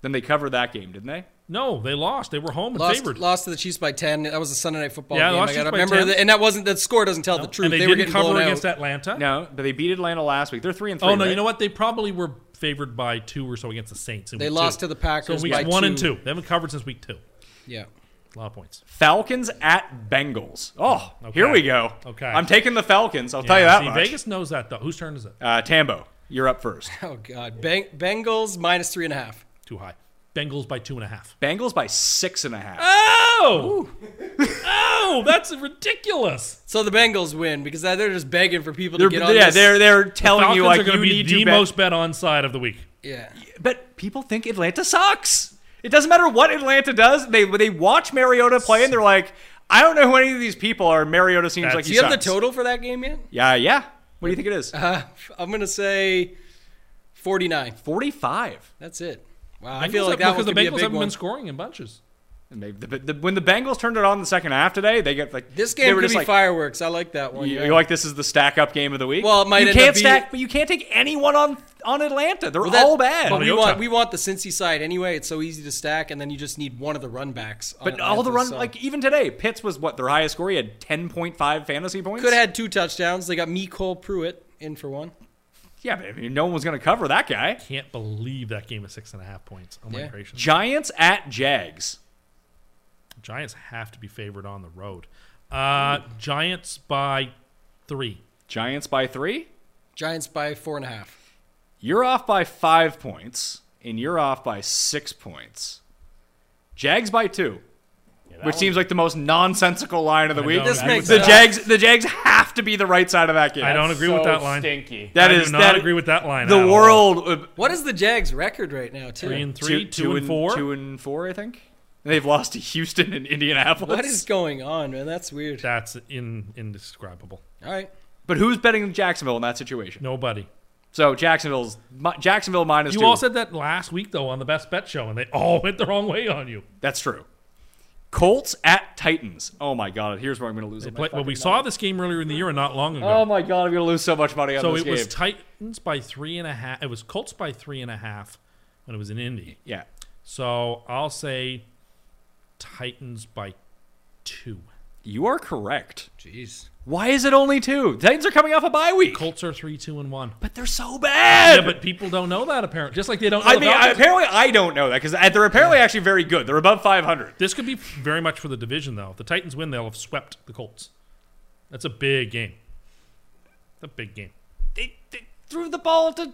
Speaker 3: Then they covered that game, didn't they?
Speaker 5: No, they lost. They were home and
Speaker 4: Lost,
Speaker 5: favored.
Speaker 4: lost to the Chiefs by ten. That was a Sunday night football
Speaker 5: Yeah,
Speaker 4: game.
Speaker 5: lost
Speaker 4: I gotta
Speaker 5: Chiefs by
Speaker 4: remember
Speaker 5: 10.
Speaker 4: that, and that wasn't that score doesn't tell the truth.
Speaker 5: and they,
Speaker 4: were
Speaker 5: didn't
Speaker 4: getting
Speaker 5: cover
Speaker 4: blown
Speaker 5: against
Speaker 4: out.
Speaker 5: Atlanta.
Speaker 3: No, but they beat Atlanta last week. They're three and three.
Speaker 5: Oh no!
Speaker 3: right?
Speaker 5: You know what? They probably were favored by two or so against the Saints. In
Speaker 4: They
Speaker 5: week
Speaker 4: lost
Speaker 5: two.
Speaker 4: to the Packers
Speaker 5: So weeks
Speaker 4: by
Speaker 5: one and
Speaker 4: two.
Speaker 5: two. They haven't covered since week two.
Speaker 4: Yeah.
Speaker 5: A lot of points.
Speaker 3: Falcons at Bengals. Oh,
Speaker 5: Okay.
Speaker 3: here we go.
Speaker 5: Okay.
Speaker 3: I'm taking the Falcons. I'll tell you that
Speaker 5: See,
Speaker 3: much.
Speaker 5: Vegas knows that though. Whose turn is it?
Speaker 3: Uh, Tambo, you're up first.
Speaker 4: Oh god. Bang, Bengals minus three and a half.
Speaker 5: Too high. Bengals by two and a half.
Speaker 3: Bengals by six and a half.
Speaker 4: Ah,
Speaker 5: Oh! oh, that's ridiculous.
Speaker 4: So the Bengals win because they're just begging for people
Speaker 3: they're,
Speaker 4: to get on
Speaker 3: yeah,
Speaker 4: this.
Speaker 3: they're they're telling
Speaker 5: Falcons
Speaker 3: you like
Speaker 5: are going
Speaker 3: you
Speaker 5: to be
Speaker 3: need to
Speaker 5: the
Speaker 3: bet.
Speaker 5: most bet on side of the week.
Speaker 4: yeah.
Speaker 3: But people think Atlanta sucks. It doesn't matter what Atlanta does. They they watch Mariota play and they're like, I don't know who any of these people are. Mariota seems
Speaker 5: That's-
Speaker 3: like he
Speaker 4: Do you have the
Speaker 3: sucks.
Speaker 4: total Uh-huh. for that game yet?
Speaker 3: Yeah, yeah. What do you think it is?
Speaker 4: I'm gonna say forty nine.
Speaker 3: Forty-five.
Speaker 4: That's it. Wow. I
Speaker 5: Bengals
Speaker 4: feel like
Speaker 5: have-
Speaker 4: that one could
Speaker 5: because the
Speaker 4: be
Speaker 5: Bengals
Speaker 4: a big
Speaker 5: haven't
Speaker 4: one.
Speaker 5: been scoring in bunches.
Speaker 3: And they- the- the- when the Bengals turned it on in the second half today, they get like
Speaker 4: This
Speaker 3: they
Speaker 4: game
Speaker 3: were
Speaker 4: could
Speaker 3: just
Speaker 4: be
Speaker 3: like,
Speaker 4: fireworks. I like that one.
Speaker 3: You,
Speaker 4: yeah.
Speaker 3: you like this is the stack up game of the week?
Speaker 4: Well, it might
Speaker 3: you
Speaker 4: end
Speaker 3: can't
Speaker 4: up being-
Speaker 3: stack, but you can't take anyone on on Atlanta. They're
Speaker 4: Well, that-
Speaker 3: all bad.
Speaker 4: But we
Speaker 5: Mariota.
Speaker 4: want we want the Cincy side anyway. It's so easy to stack, and then you just need one of the run backs. on
Speaker 3: but all the
Speaker 4: Atlanta,
Speaker 3: run,
Speaker 4: so-
Speaker 3: like even today, Pitts was what their highest score. He had ten point five fantasy points.
Speaker 4: could have had two touchdowns. They got me Cole Pruitt in for one.
Speaker 3: yeah, but I mean, no one was going to cover that guy.
Speaker 5: Can't believe that game is six and a half points. Oh my
Speaker 4: Yeah.
Speaker 5: gracious!
Speaker 3: Giants at Jags.
Speaker 5: Giants have to be favored on the road. Uh, Giants by three.
Speaker 3: Giants by three.
Speaker 4: Giants by four and a half.
Speaker 3: You're off by five points, and you're off by six points. Jags by two, which seems like the most nonsensical line of the week.
Speaker 5: don't This agree
Speaker 4: makes
Speaker 3: the
Speaker 4: sense.
Speaker 3: Jags. The Jags have to be the right side of that game.
Speaker 5: I don't agree with
Speaker 6: So
Speaker 5: that line.
Speaker 6: Stinky.
Speaker 3: That
Speaker 5: I
Speaker 3: is
Speaker 5: do not
Speaker 3: that-
Speaker 5: agree with that line. at
Speaker 3: The
Speaker 5: all.
Speaker 3: world uh,
Speaker 4: What is the Jags' record right now? Too?
Speaker 5: Three and three, two and four.
Speaker 3: two and four. I think And they've lost to Houston and Indianapolis.
Speaker 4: what is going on, man? That's weird.
Speaker 5: That's in, indescribable.
Speaker 4: All right,
Speaker 3: but who's betting Jacksonville in that situation?
Speaker 5: Nobody.
Speaker 3: So Jacksonville's mi- Jacksonville minus
Speaker 5: You
Speaker 3: two.
Speaker 5: all said that last week though on the best bet show, and they all went the wrong way on you.
Speaker 3: That's true. Colts at Titans. Oh my god! Here's where I'm going to lose. all my
Speaker 5: Play, well,
Speaker 3: fucking
Speaker 5: we
Speaker 3: money.
Speaker 5: saw this game earlier in the year and not long
Speaker 3: Oh
Speaker 5: ago.
Speaker 3: my god! I'm going to lose so much money on
Speaker 5: so
Speaker 3: this
Speaker 5: it was
Speaker 3: game.
Speaker 5: Titans by three and a half. It was Colts by three and a half when it was in Indy.
Speaker 3: yeah.
Speaker 5: So I'll say Titans by two.
Speaker 3: You are correct.
Speaker 4: jeez.
Speaker 3: Why is it only two? Titans are coming off a bye week,
Speaker 5: Colts are three, two, and one.
Speaker 3: but they're so bad.
Speaker 5: Yeah, but people don't know that apparently. Just like they don't. Know
Speaker 3: I
Speaker 5: the
Speaker 3: mean, I,
Speaker 5: Falcons.
Speaker 3: apparently I don't know that because they're apparently actually very good. They're above 500.
Speaker 5: this could be very much for the division though. If the Titans win, they'll have swept the Colts. That's a big game. It's a big game.
Speaker 3: they, they threw the ball to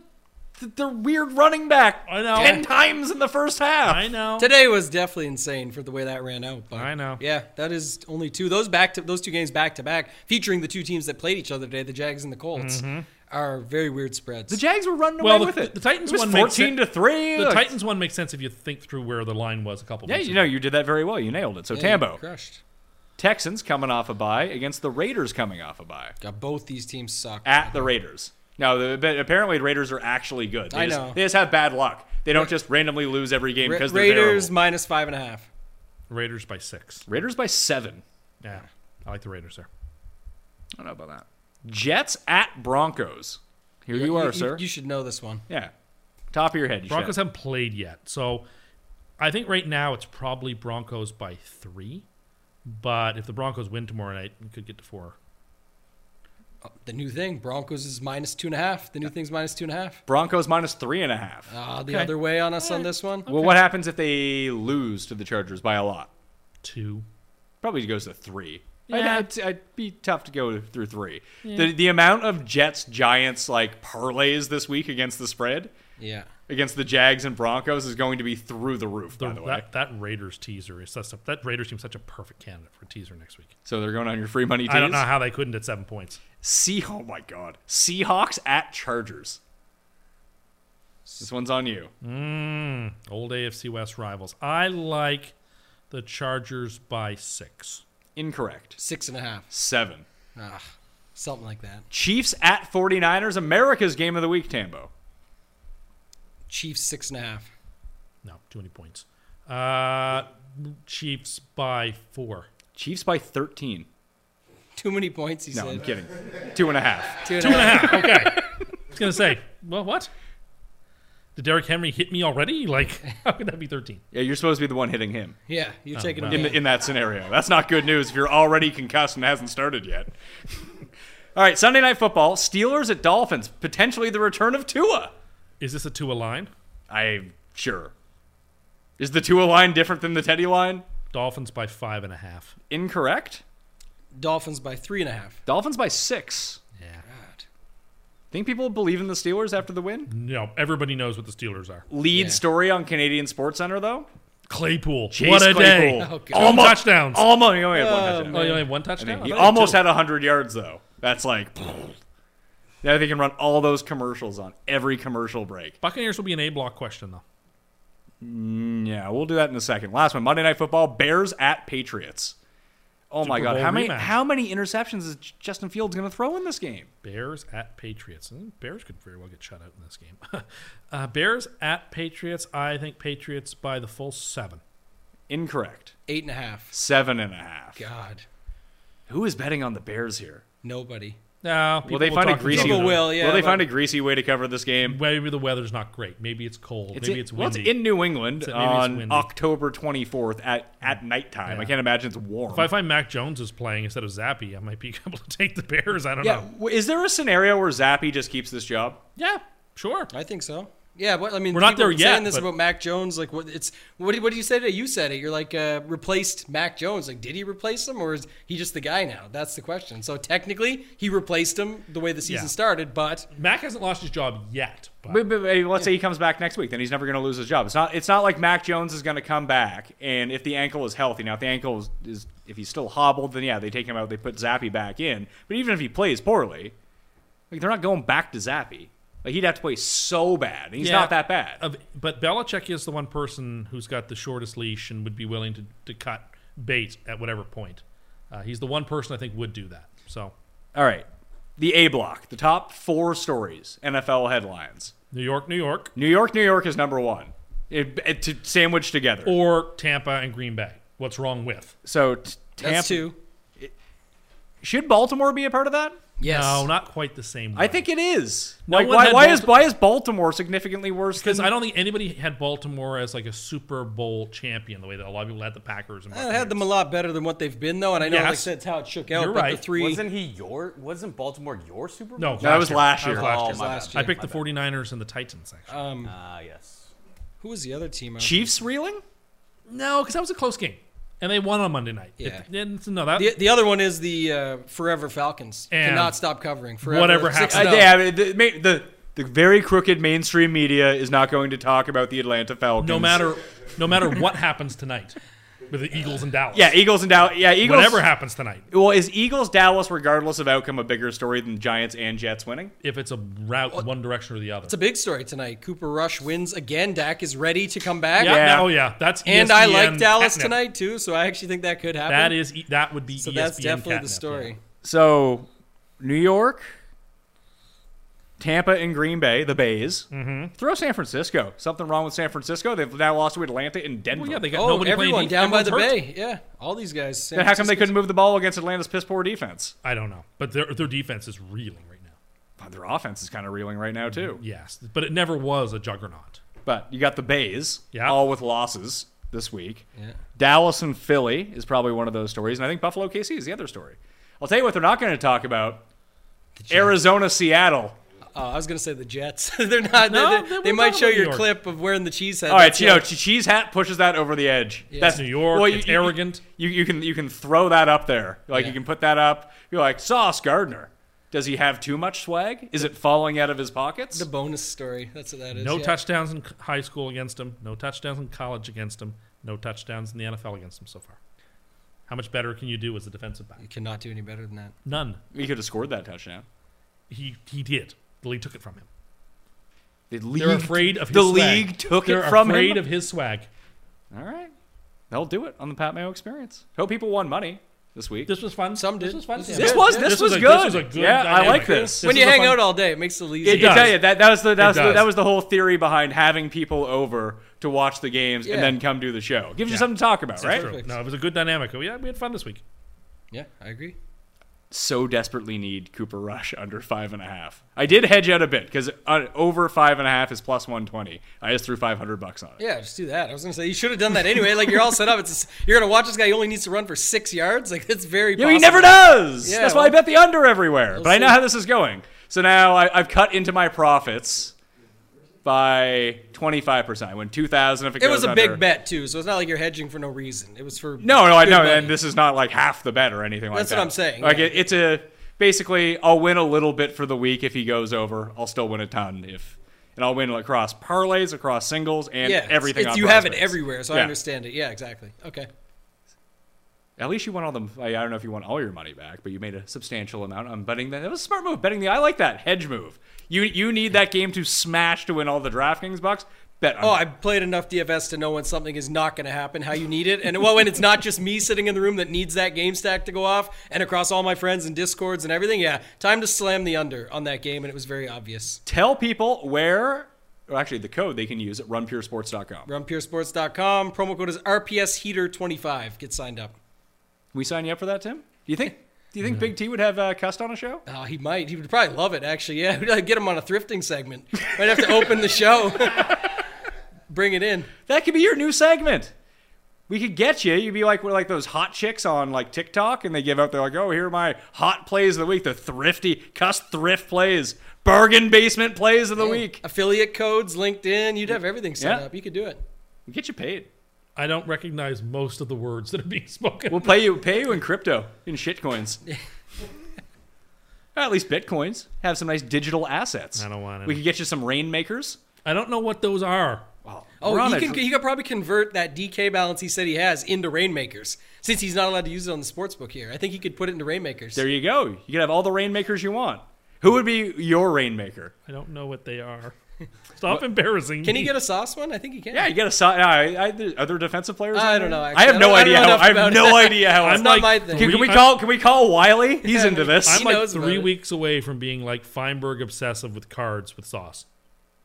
Speaker 3: th- their weird running back
Speaker 5: I know.
Speaker 3: ten times in the first half.
Speaker 5: I know.
Speaker 4: Today was definitely insane for the way that ran out. But
Speaker 5: I know.
Speaker 4: Yeah, that is only two. Those back to those two games back to back, featuring the two teams that played each other today, the Jags and the Colts, are very weird spreads.
Speaker 3: Mm-hmm. The Jags were running
Speaker 5: Well,
Speaker 3: away
Speaker 5: the-
Speaker 3: with it.
Speaker 5: the Titans
Speaker 3: It was
Speaker 5: one makes
Speaker 3: fourteen to three.
Speaker 5: The
Speaker 3: Like-
Speaker 5: Titans one makes sense if you think through where the line was a couple.
Speaker 3: Yeah,
Speaker 5: weeks
Speaker 3: you
Speaker 5: ago.
Speaker 3: know you did that very well. You nailed it. So
Speaker 4: Yeah,
Speaker 3: Tambo,
Speaker 4: crushed.
Speaker 3: Texans coming off a bye against the Raiders coming off a bye
Speaker 4: God, both these teams suck.
Speaker 3: at the Raiders. Now, the, but apparently the Raiders are actually good. They
Speaker 4: I
Speaker 3: just,
Speaker 4: know.
Speaker 3: They just have bad luck. They don't just randomly lose every game
Speaker 4: Ra-
Speaker 3: because they're
Speaker 4: Raiders
Speaker 3: terrible.
Speaker 4: minus five and a half.
Speaker 5: Raiders by six.
Speaker 3: Raiders by seven.
Speaker 5: Yeah, I like the Raiders there.
Speaker 3: I don't know about that. Jets at Broncos. Here you, are, sir.
Speaker 4: You should know this one.
Speaker 3: yeah, top of your head. You should
Speaker 5: Broncos haven't played yet, so I think right now it's probably Broncos by three. But if the Broncos win tomorrow night, we could get to four.
Speaker 4: The new thing, Broncos is minus two and a half. The new thing's minus two and a half.
Speaker 3: Broncos minus three and a half.
Speaker 4: Ah, the
Speaker 5: Okay.
Speaker 4: other way on us on this one.
Speaker 3: Well, what happens if they lose to the Chargers by a lot?
Speaker 5: Two.
Speaker 3: Probably goes to three.
Speaker 5: Yeah.
Speaker 3: I'd, I'd, I'd be tough to go through three. The, the amount of Jets Giants like parlays this week against the spread
Speaker 4: Yeah.
Speaker 3: against the Jags and Broncos is going to be through the roof, by the way.
Speaker 5: that, that Raiders teaser is such a, that Raiders team's such a perfect candidate for a teaser next week.
Speaker 3: so they're going on your free money tease.
Speaker 5: I don't know how they couldn't at seven points.
Speaker 3: Sea- oh my God. Seahawks at Chargers. This one's on you.
Speaker 5: Old AFC West rivals. I like the Chargers by six.
Speaker 3: Incorrect.
Speaker 4: Six and a half.
Speaker 3: Seven.
Speaker 4: Ah, something like that.
Speaker 3: Chiefs at 49ers. America's game of the week, Tambo.
Speaker 4: Chiefs six and a half.
Speaker 5: No, too many points. Uh, Chiefs by four.
Speaker 3: Chiefs by 13.
Speaker 4: Too many points. He
Speaker 3: No, I'm
Speaker 4: said.
Speaker 3: kidding. Two and a half.
Speaker 4: Two and a half.
Speaker 5: Okay. I was gonna say, well, what? Did Derrick Henry hit me already? Like, how could that be thirteen?
Speaker 3: Yeah, you're supposed to be the one hitting him
Speaker 4: Yeah,
Speaker 3: Oh,
Speaker 4: you're taking
Speaker 5: wow.
Speaker 4: him.
Speaker 3: in, the, in that scenario. That's not good news if you're already concussed and hasn't started yet. All right, Sunday Night Football. Steelers at Dolphins. Potentially the return of Tua.
Speaker 5: Is this a two a line?
Speaker 3: I'm sure. Is the Tua line different than the Teddy line?
Speaker 5: Dolphins by five and a half.
Speaker 3: Incorrect.
Speaker 4: Dolphins by three and a half.
Speaker 3: Dolphins by six.
Speaker 5: Yeah.
Speaker 4: God.
Speaker 3: Think people believe in the Steelers after the win?
Speaker 5: No, everybody knows what the Steelers are.
Speaker 3: Lead
Speaker 4: Yeah.
Speaker 3: story on Canadian Sports Center though.
Speaker 5: Claypool.
Speaker 3: Chase
Speaker 5: what a
Speaker 3: Claypool.
Speaker 5: day.
Speaker 4: Oh, God.
Speaker 5: Two touchdowns.
Speaker 3: Almost. He only had one touchdown.
Speaker 5: oh, you only have one
Speaker 3: I think
Speaker 5: touchdown.
Speaker 3: he
Speaker 5: I thought
Speaker 3: almost
Speaker 5: two.
Speaker 3: had 100 yards, though. That's like. Now they can run all those commercials on every commercial break.
Speaker 5: Buccaneers will be an A block question though.
Speaker 3: Yeah, we'll do that in a second. Last one Monday Night Football Bears at Patriots. Oh my
Speaker 5: Super
Speaker 3: God.
Speaker 5: Bowl
Speaker 3: How many,
Speaker 5: rematch.
Speaker 3: how many interceptions is J- Justin Fields going to throw in this game?
Speaker 5: Bears at Patriots. Hmm, Bears could very well get shut out in this game. uh, Bears at Patriots. I think Patriots by the full seven.
Speaker 3: Incorrect.
Speaker 4: Eight and a half.
Speaker 3: Seven and a half.
Speaker 4: God.
Speaker 3: Who is betting on the Bears here?
Speaker 4: Nobody.
Speaker 5: No, people
Speaker 3: Will they find a
Speaker 5: talk themselves
Speaker 3: greasy?
Speaker 4: People
Speaker 5: into it.
Speaker 4: will, yeah,
Speaker 3: they
Speaker 4: but-
Speaker 3: find a greasy way to cover this game?
Speaker 5: Maybe the weather's not great. Maybe it's cold.
Speaker 3: It's in,
Speaker 5: maybe it's
Speaker 3: well, it's
Speaker 5: windy.
Speaker 3: in New England
Speaker 5: So maybe it's
Speaker 3: on
Speaker 5: windy.
Speaker 3: October 24th at at nighttime. I can't imagine it's warm.
Speaker 5: If I find Mac Jones is playing instead of Zappy, I might be able to take the Bears. I don't
Speaker 3: Yeah,
Speaker 5: know.
Speaker 3: w- is there a scenario where Zappy just keeps this job?
Speaker 5: Yeah, sure.
Speaker 4: I think so. Yeah, but I mean,
Speaker 5: We're not
Speaker 4: people
Speaker 5: there
Speaker 4: have been
Speaker 5: yet,
Speaker 4: Saying this
Speaker 5: but-
Speaker 4: about Mac Jones, like what it's what did, what did you say today? You said it. You're like uh, replaced Mac Jones. Like, did he replace him, or is he just the guy now? That's the question. So technically, he replaced him the way the season
Speaker 5: Yeah.
Speaker 4: started, but
Speaker 5: Mac hasn't lost his job yet. But
Speaker 3: But, but- but let's say he comes back next week, then he's never going to lose his job. It's not. It's not like Mac Jones is going to come back, and if the ankle is healthy now, if the ankle is, is if he's still hobbled, then yeah, they take him out. They put Zappy back in. But even if he plays poorly, like they're not going back to Zappy. Like he'd have to play so bad. and He's
Speaker 5: Yeah. Um,
Speaker 3: not that bad.
Speaker 5: Of- but Belichick is the one person who's got the shortest leash and would be willing to, to cut bait at whatever point. Uh, he's the one person I think would do that. So
Speaker 3: All right, the A block, the top four stories, NFL headlines.
Speaker 5: New York, New York,
Speaker 3: New York, New York is number one. It, it, to sandwich together.
Speaker 5: or Tampa and Green Bay. What's wrong with?
Speaker 3: so t- Tampa.
Speaker 4: that's two.
Speaker 3: Should Baltimore be a part of that?
Speaker 4: Yes.
Speaker 5: No, Oh, not quite the same.
Speaker 3: I think it is.
Speaker 5: No
Speaker 3: like,
Speaker 5: one
Speaker 3: why,
Speaker 5: had
Speaker 3: why is
Speaker 5: Balti-
Speaker 3: why is Baltimore significantly worse?
Speaker 5: because
Speaker 3: than-
Speaker 5: I don't think anybody had Baltimore as like a Super Bowl champion the way that a lot of people had the Packers. And
Speaker 4: I had them a
Speaker 5: Buccaneers.
Speaker 4: lot better than what they've been, though, and I know like,
Speaker 5: Yes.
Speaker 4: that's how it shook out.
Speaker 5: You're
Speaker 4: but the
Speaker 5: right.
Speaker 4: three
Speaker 6: Wasn't he your? Wasn't Baltimore your Super
Speaker 5: No,
Speaker 6: Bowl?
Speaker 3: that was last
Speaker 5: That
Speaker 3: year.
Speaker 5: was last
Speaker 6: Oh,
Speaker 5: year.
Speaker 6: my
Speaker 4: last
Speaker 6: bad.
Speaker 4: year.
Speaker 5: I picked the 49ers and the Titans, actually.
Speaker 6: Ah, yes.
Speaker 4: who was the other team? I was-
Speaker 3: Chiefs reeling.
Speaker 5: no, because that was a close game. And they won on Monday night.
Speaker 4: Yeah.
Speaker 5: It- and- no, that,
Speaker 4: The, the other one is the uh, Forever Falcons.
Speaker 5: And
Speaker 4: Cannot stop covering. Forever,
Speaker 5: whatever
Speaker 4: six and
Speaker 5: happened.
Speaker 3: Uh,
Speaker 4: oh.
Speaker 3: yeah, I mean, the, ma- the the very crooked mainstream media is not going to talk about the Atlanta Falcons.
Speaker 5: no matter no matter what happens tonight with the Eagles and Dallas.
Speaker 3: Yeah, Eagles and Dallas. Yeah, Eagles.
Speaker 5: Whatever happens tonight,
Speaker 3: Well, is Eagles Dallas, regardless of outcome, a bigger story than Giants and Jets winning?
Speaker 5: if it's a route one direction or the other.
Speaker 4: It's a big story tonight. Cooper Rush wins again. Dak is ready to come back.
Speaker 5: yeah,
Speaker 3: Yeah.
Speaker 5: no, yeah, that's E
Speaker 4: And I like
Speaker 5: ESPN
Speaker 4: Dallas
Speaker 5: catnip.
Speaker 4: tonight too, so I actually think that could happen.
Speaker 5: That is E- that would be
Speaker 4: so that's
Speaker 5: ESPN
Speaker 4: definitely
Speaker 5: catnip,
Speaker 4: the
Speaker 5: yeah.
Speaker 4: story.
Speaker 3: So, New York, Tampa, and Green Bay, the Bays. Mm-hmm. Throw San Francisco. Something wrong with San Francisco? They've now lost to Atlanta and Denver.
Speaker 5: Well, yeah, they got
Speaker 4: Oh,
Speaker 5: nobody playing
Speaker 4: everyone
Speaker 5: each-
Speaker 4: down by the
Speaker 5: everyone's hurt.
Speaker 4: bay. Yeah, all these guys. San
Speaker 3: then how come they
Speaker 4: Francisco's-
Speaker 3: couldn't move the ball against Atlanta's piss poor defense?
Speaker 5: I don't know, but their their defense is reeling right now.
Speaker 3: Wow, Their offense is kind of reeling right
Speaker 5: Mm,
Speaker 3: now too.
Speaker 5: Yes, but it never was a juggernaut.
Speaker 3: But you got the Bays,
Speaker 5: Yeah.
Speaker 3: all with losses this week. Dallas and Philly is probably one of those stories, and I think Buffalo KC is the other story. I'll tell you what they're not going to talk about: Arizona, Seattle.
Speaker 4: Oh, I was gonna say the Jets. they're not. they-
Speaker 5: No, they
Speaker 4: they,
Speaker 5: won't
Speaker 4: they might
Speaker 5: talk
Speaker 4: show
Speaker 5: about New
Speaker 4: your
Speaker 5: York.
Speaker 4: clip of wearing the cheese head.
Speaker 3: All right,
Speaker 4: That's
Speaker 3: you know,
Speaker 4: it.
Speaker 3: Che- Cheese Hat pushes that over the edge. That's
Speaker 5: New York,
Speaker 3: Well, you-
Speaker 5: it's
Speaker 3: you-
Speaker 5: arrogant.
Speaker 3: You, you can you can throw that up there. Like you can put that up. You're like Sauce Gardner. Does he have too much swag? Is it falling out of his pockets?
Speaker 4: The bonus story. That's what that is.
Speaker 5: No
Speaker 4: yeah.
Speaker 5: touchdowns in c- high school against him. No touchdowns in college against him. No touchdowns in the NFL against him so far. How much better can you do as a defensive back?
Speaker 4: You cannot do any better than that.
Speaker 5: None.
Speaker 3: he could have scored that touchdown.
Speaker 5: He he did. The league took it from him.
Speaker 3: The league,
Speaker 5: They're afraid of his
Speaker 3: the
Speaker 5: swag.
Speaker 3: league took
Speaker 5: They're
Speaker 3: it from
Speaker 5: afraid
Speaker 3: him.
Speaker 5: of his swag.
Speaker 3: All right, they'll do it on the Pat Mayo experience. Hope people won money this week. This,
Speaker 5: This was fun.
Speaker 4: Some did.
Speaker 5: This was fun.
Speaker 4: This is
Speaker 5: This
Speaker 4: good.
Speaker 3: was
Speaker 4: yeah.
Speaker 3: this,
Speaker 5: This
Speaker 3: was,
Speaker 5: was a-
Speaker 3: good.
Speaker 5: this was a good
Speaker 3: Yeah, I
Speaker 5: dynamic.
Speaker 3: like this.
Speaker 5: This
Speaker 4: when
Speaker 5: is
Speaker 4: you
Speaker 5: a
Speaker 4: hang
Speaker 5: fun-
Speaker 4: out all day, it makes the league.
Speaker 3: It,
Speaker 4: easier.
Speaker 3: I tell
Speaker 5: does.
Speaker 3: you that that was the that was the,
Speaker 5: does.
Speaker 3: that was the whole theory behind having people over to watch the games
Speaker 4: Yeah.
Speaker 3: and then come do the show. Gives you something to talk about, right?
Speaker 5: True. No, it was a good dynamic. Oh, Yeah, we had fun this week.
Speaker 4: Yeah, I agree.
Speaker 3: So desperately need Cooper Rush under five and a half. I did hedge out a bit because uh, over five and a half is plus one twenty. I just threw five hundred bucks on it.
Speaker 4: Yeah, just do that. I was gonna say you should have done that anyway. Like you're all set up. It's you're gonna watch this guy. He only needs to run for six yards. Like it's very.
Speaker 3: Yeah, he
Speaker 4: possible.
Speaker 3: never does.
Speaker 4: Yeah,
Speaker 3: That's why I
Speaker 4: well-
Speaker 3: bet the under everywhere. But I know
Speaker 4: see.
Speaker 3: how this is going. So now I, I've cut into my profits by twenty five percent. I win two thousand if it,
Speaker 4: It
Speaker 3: goes
Speaker 4: was a
Speaker 3: under.
Speaker 4: big bet too, so it's not like you're hedging for no reason. It was for
Speaker 3: No, no, I
Speaker 4: good
Speaker 3: know,
Speaker 4: money.
Speaker 3: and this is not like half the bet or anything like
Speaker 4: That's
Speaker 3: that.
Speaker 4: what I'm saying,
Speaker 3: Like
Speaker 4: yeah.
Speaker 3: it, it's a basically, I'll win a little bit for the week if he goes over. I'll still win a ton if, and I'll win across parlays, across singles, and
Speaker 4: yeah, it's-
Speaker 3: everything.
Speaker 4: it's-
Speaker 3: on
Speaker 4: you have it
Speaker 3: prospects.
Speaker 4: everywhere, so I
Speaker 3: Yeah.
Speaker 4: understand it. Yeah, exactly. Okay.
Speaker 3: At least you won all the. Like, I don't know if you won all your money back, but you made a substantial amount. I'm betting that that was a smart move. Betting the I like that hedge move. You you need that game to smash to win all the DraftKings bucks. Bet.
Speaker 4: Oh, I played enough DFS to know when something is not going to happen, how you need it, and well, when it's not just me sitting in the room that needs that game stack to go off, and across all my friends and discords and everything. Yeah, time to slam the under on that game, and it was very obvious.
Speaker 3: tell people where. Or actually, the code they can use at runpuresports.com.
Speaker 4: We're on puresports.com. Promo code is RPS Heater 25. Get signed up.
Speaker 3: Can we sign you up for that, Tim? Do you think? Do you think Big T would have uh, cussed on a show?
Speaker 4: Oh, he might. He would probably love it, actually. Yeah, we'd like, get him on a thrifting segment. Might have to open the show. Bring it in.
Speaker 3: That could be your new segment. We could get you. You'd be like we're like those hot chicks on like TikTok, and they give out. They're like, "Oh, here are my hot plays of the week. The thrifty cuss thrift plays, bargain basement plays of the week."
Speaker 4: Affiliate codes, LinkedIn. You'd have everything set
Speaker 3: Yeah.
Speaker 4: up. You could do it.
Speaker 3: We get you paid.
Speaker 5: I don't recognize most of the words that are being spoken.
Speaker 3: We'll pay you pay you in crypto in shit coins. Or at least bitcoins have some nice digital assets.
Speaker 5: I don't want it.
Speaker 3: We could get you some rainmakers.
Speaker 5: I don't know what those are.
Speaker 4: Oh,
Speaker 3: We're on
Speaker 4: he
Speaker 3: a
Speaker 4: can.
Speaker 3: dr-
Speaker 4: He could probably convert that DK balance he said he has into Rainmakers, since he's not allowed to use it on the sports book here. I think he could put it into Rainmakers.
Speaker 3: There you go. You can have all the rainmakers you want. Who would be your rainmaker?
Speaker 5: I don't know what they are. Stop embarrassing
Speaker 4: can
Speaker 5: me.
Speaker 4: he get a sauce one? I think he can.
Speaker 3: Yeah, you get a side. I, I, the other defensive players.
Speaker 4: I
Speaker 3: on
Speaker 4: don't
Speaker 3: there?
Speaker 4: know,
Speaker 3: I
Speaker 4: actually.
Speaker 3: have
Speaker 4: I
Speaker 3: no
Speaker 4: don't- I
Speaker 3: idea
Speaker 4: don't know
Speaker 3: how.
Speaker 4: enough
Speaker 3: I have
Speaker 4: about it.
Speaker 3: no idea how.
Speaker 4: That's
Speaker 3: I'm
Speaker 4: not
Speaker 3: like,
Speaker 4: my thing.
Speaker 3: Can, can we
Speaker 5: We-
Speaker 3: call? Can we call Wiley? He's into this.
Speaker 5: I'm
Speaker 4: He
Speaker 5: like
Speaker 4: knows about
Speaker 5: three
Speaker 4: it.
Speaker 5: weeks away from being like Feinberg obsessive with cards with sauce.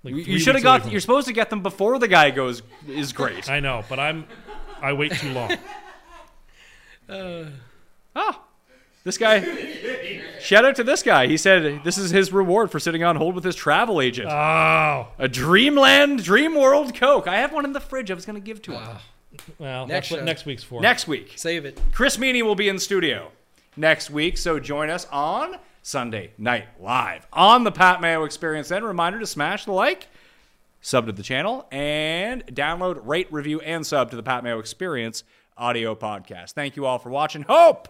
Speaker 5: Like
Speaker 3: you
Speaker 5: three
Speaker 3: should have
Speaker 5: weeks away
Speaker 3: got.
Speaker 5: from-
Speaker 3: You're supposed to get them before the guy goes. Is great.
Speaker 5: I know, but I'm. I wait too long.
Speaker 3: Ah, this guy. shout out to this guy. He said this is his reward for sitting on hold with his travel agent.
Speaker 5: oh
Speaker 3: a Dreamland, Dream World Coke. I have one in the fridge. I was going to give to him
Speaker 5: well,
Speaker 4: Next
Speaker 5: that's what
Speaker 4: show.
Speaker 5: next week's for.
Speaker 3: next week.
Speaker 4: Save it.
Speaker 3: Chris Meany will be in studio next week, so join us on Sunday Night Live on the Pat Mayo Experience. And reminder to smash the like, sub to the channel, and download, rate, review, and sub to the Pat Mayo Experience audio podcast. Thank you all for watching. Hope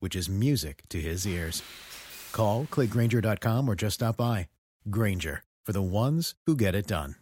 Speaker 9: which is music to his ears. Call, click Granger.com, or just stop by. Granger, for the ones who get it done.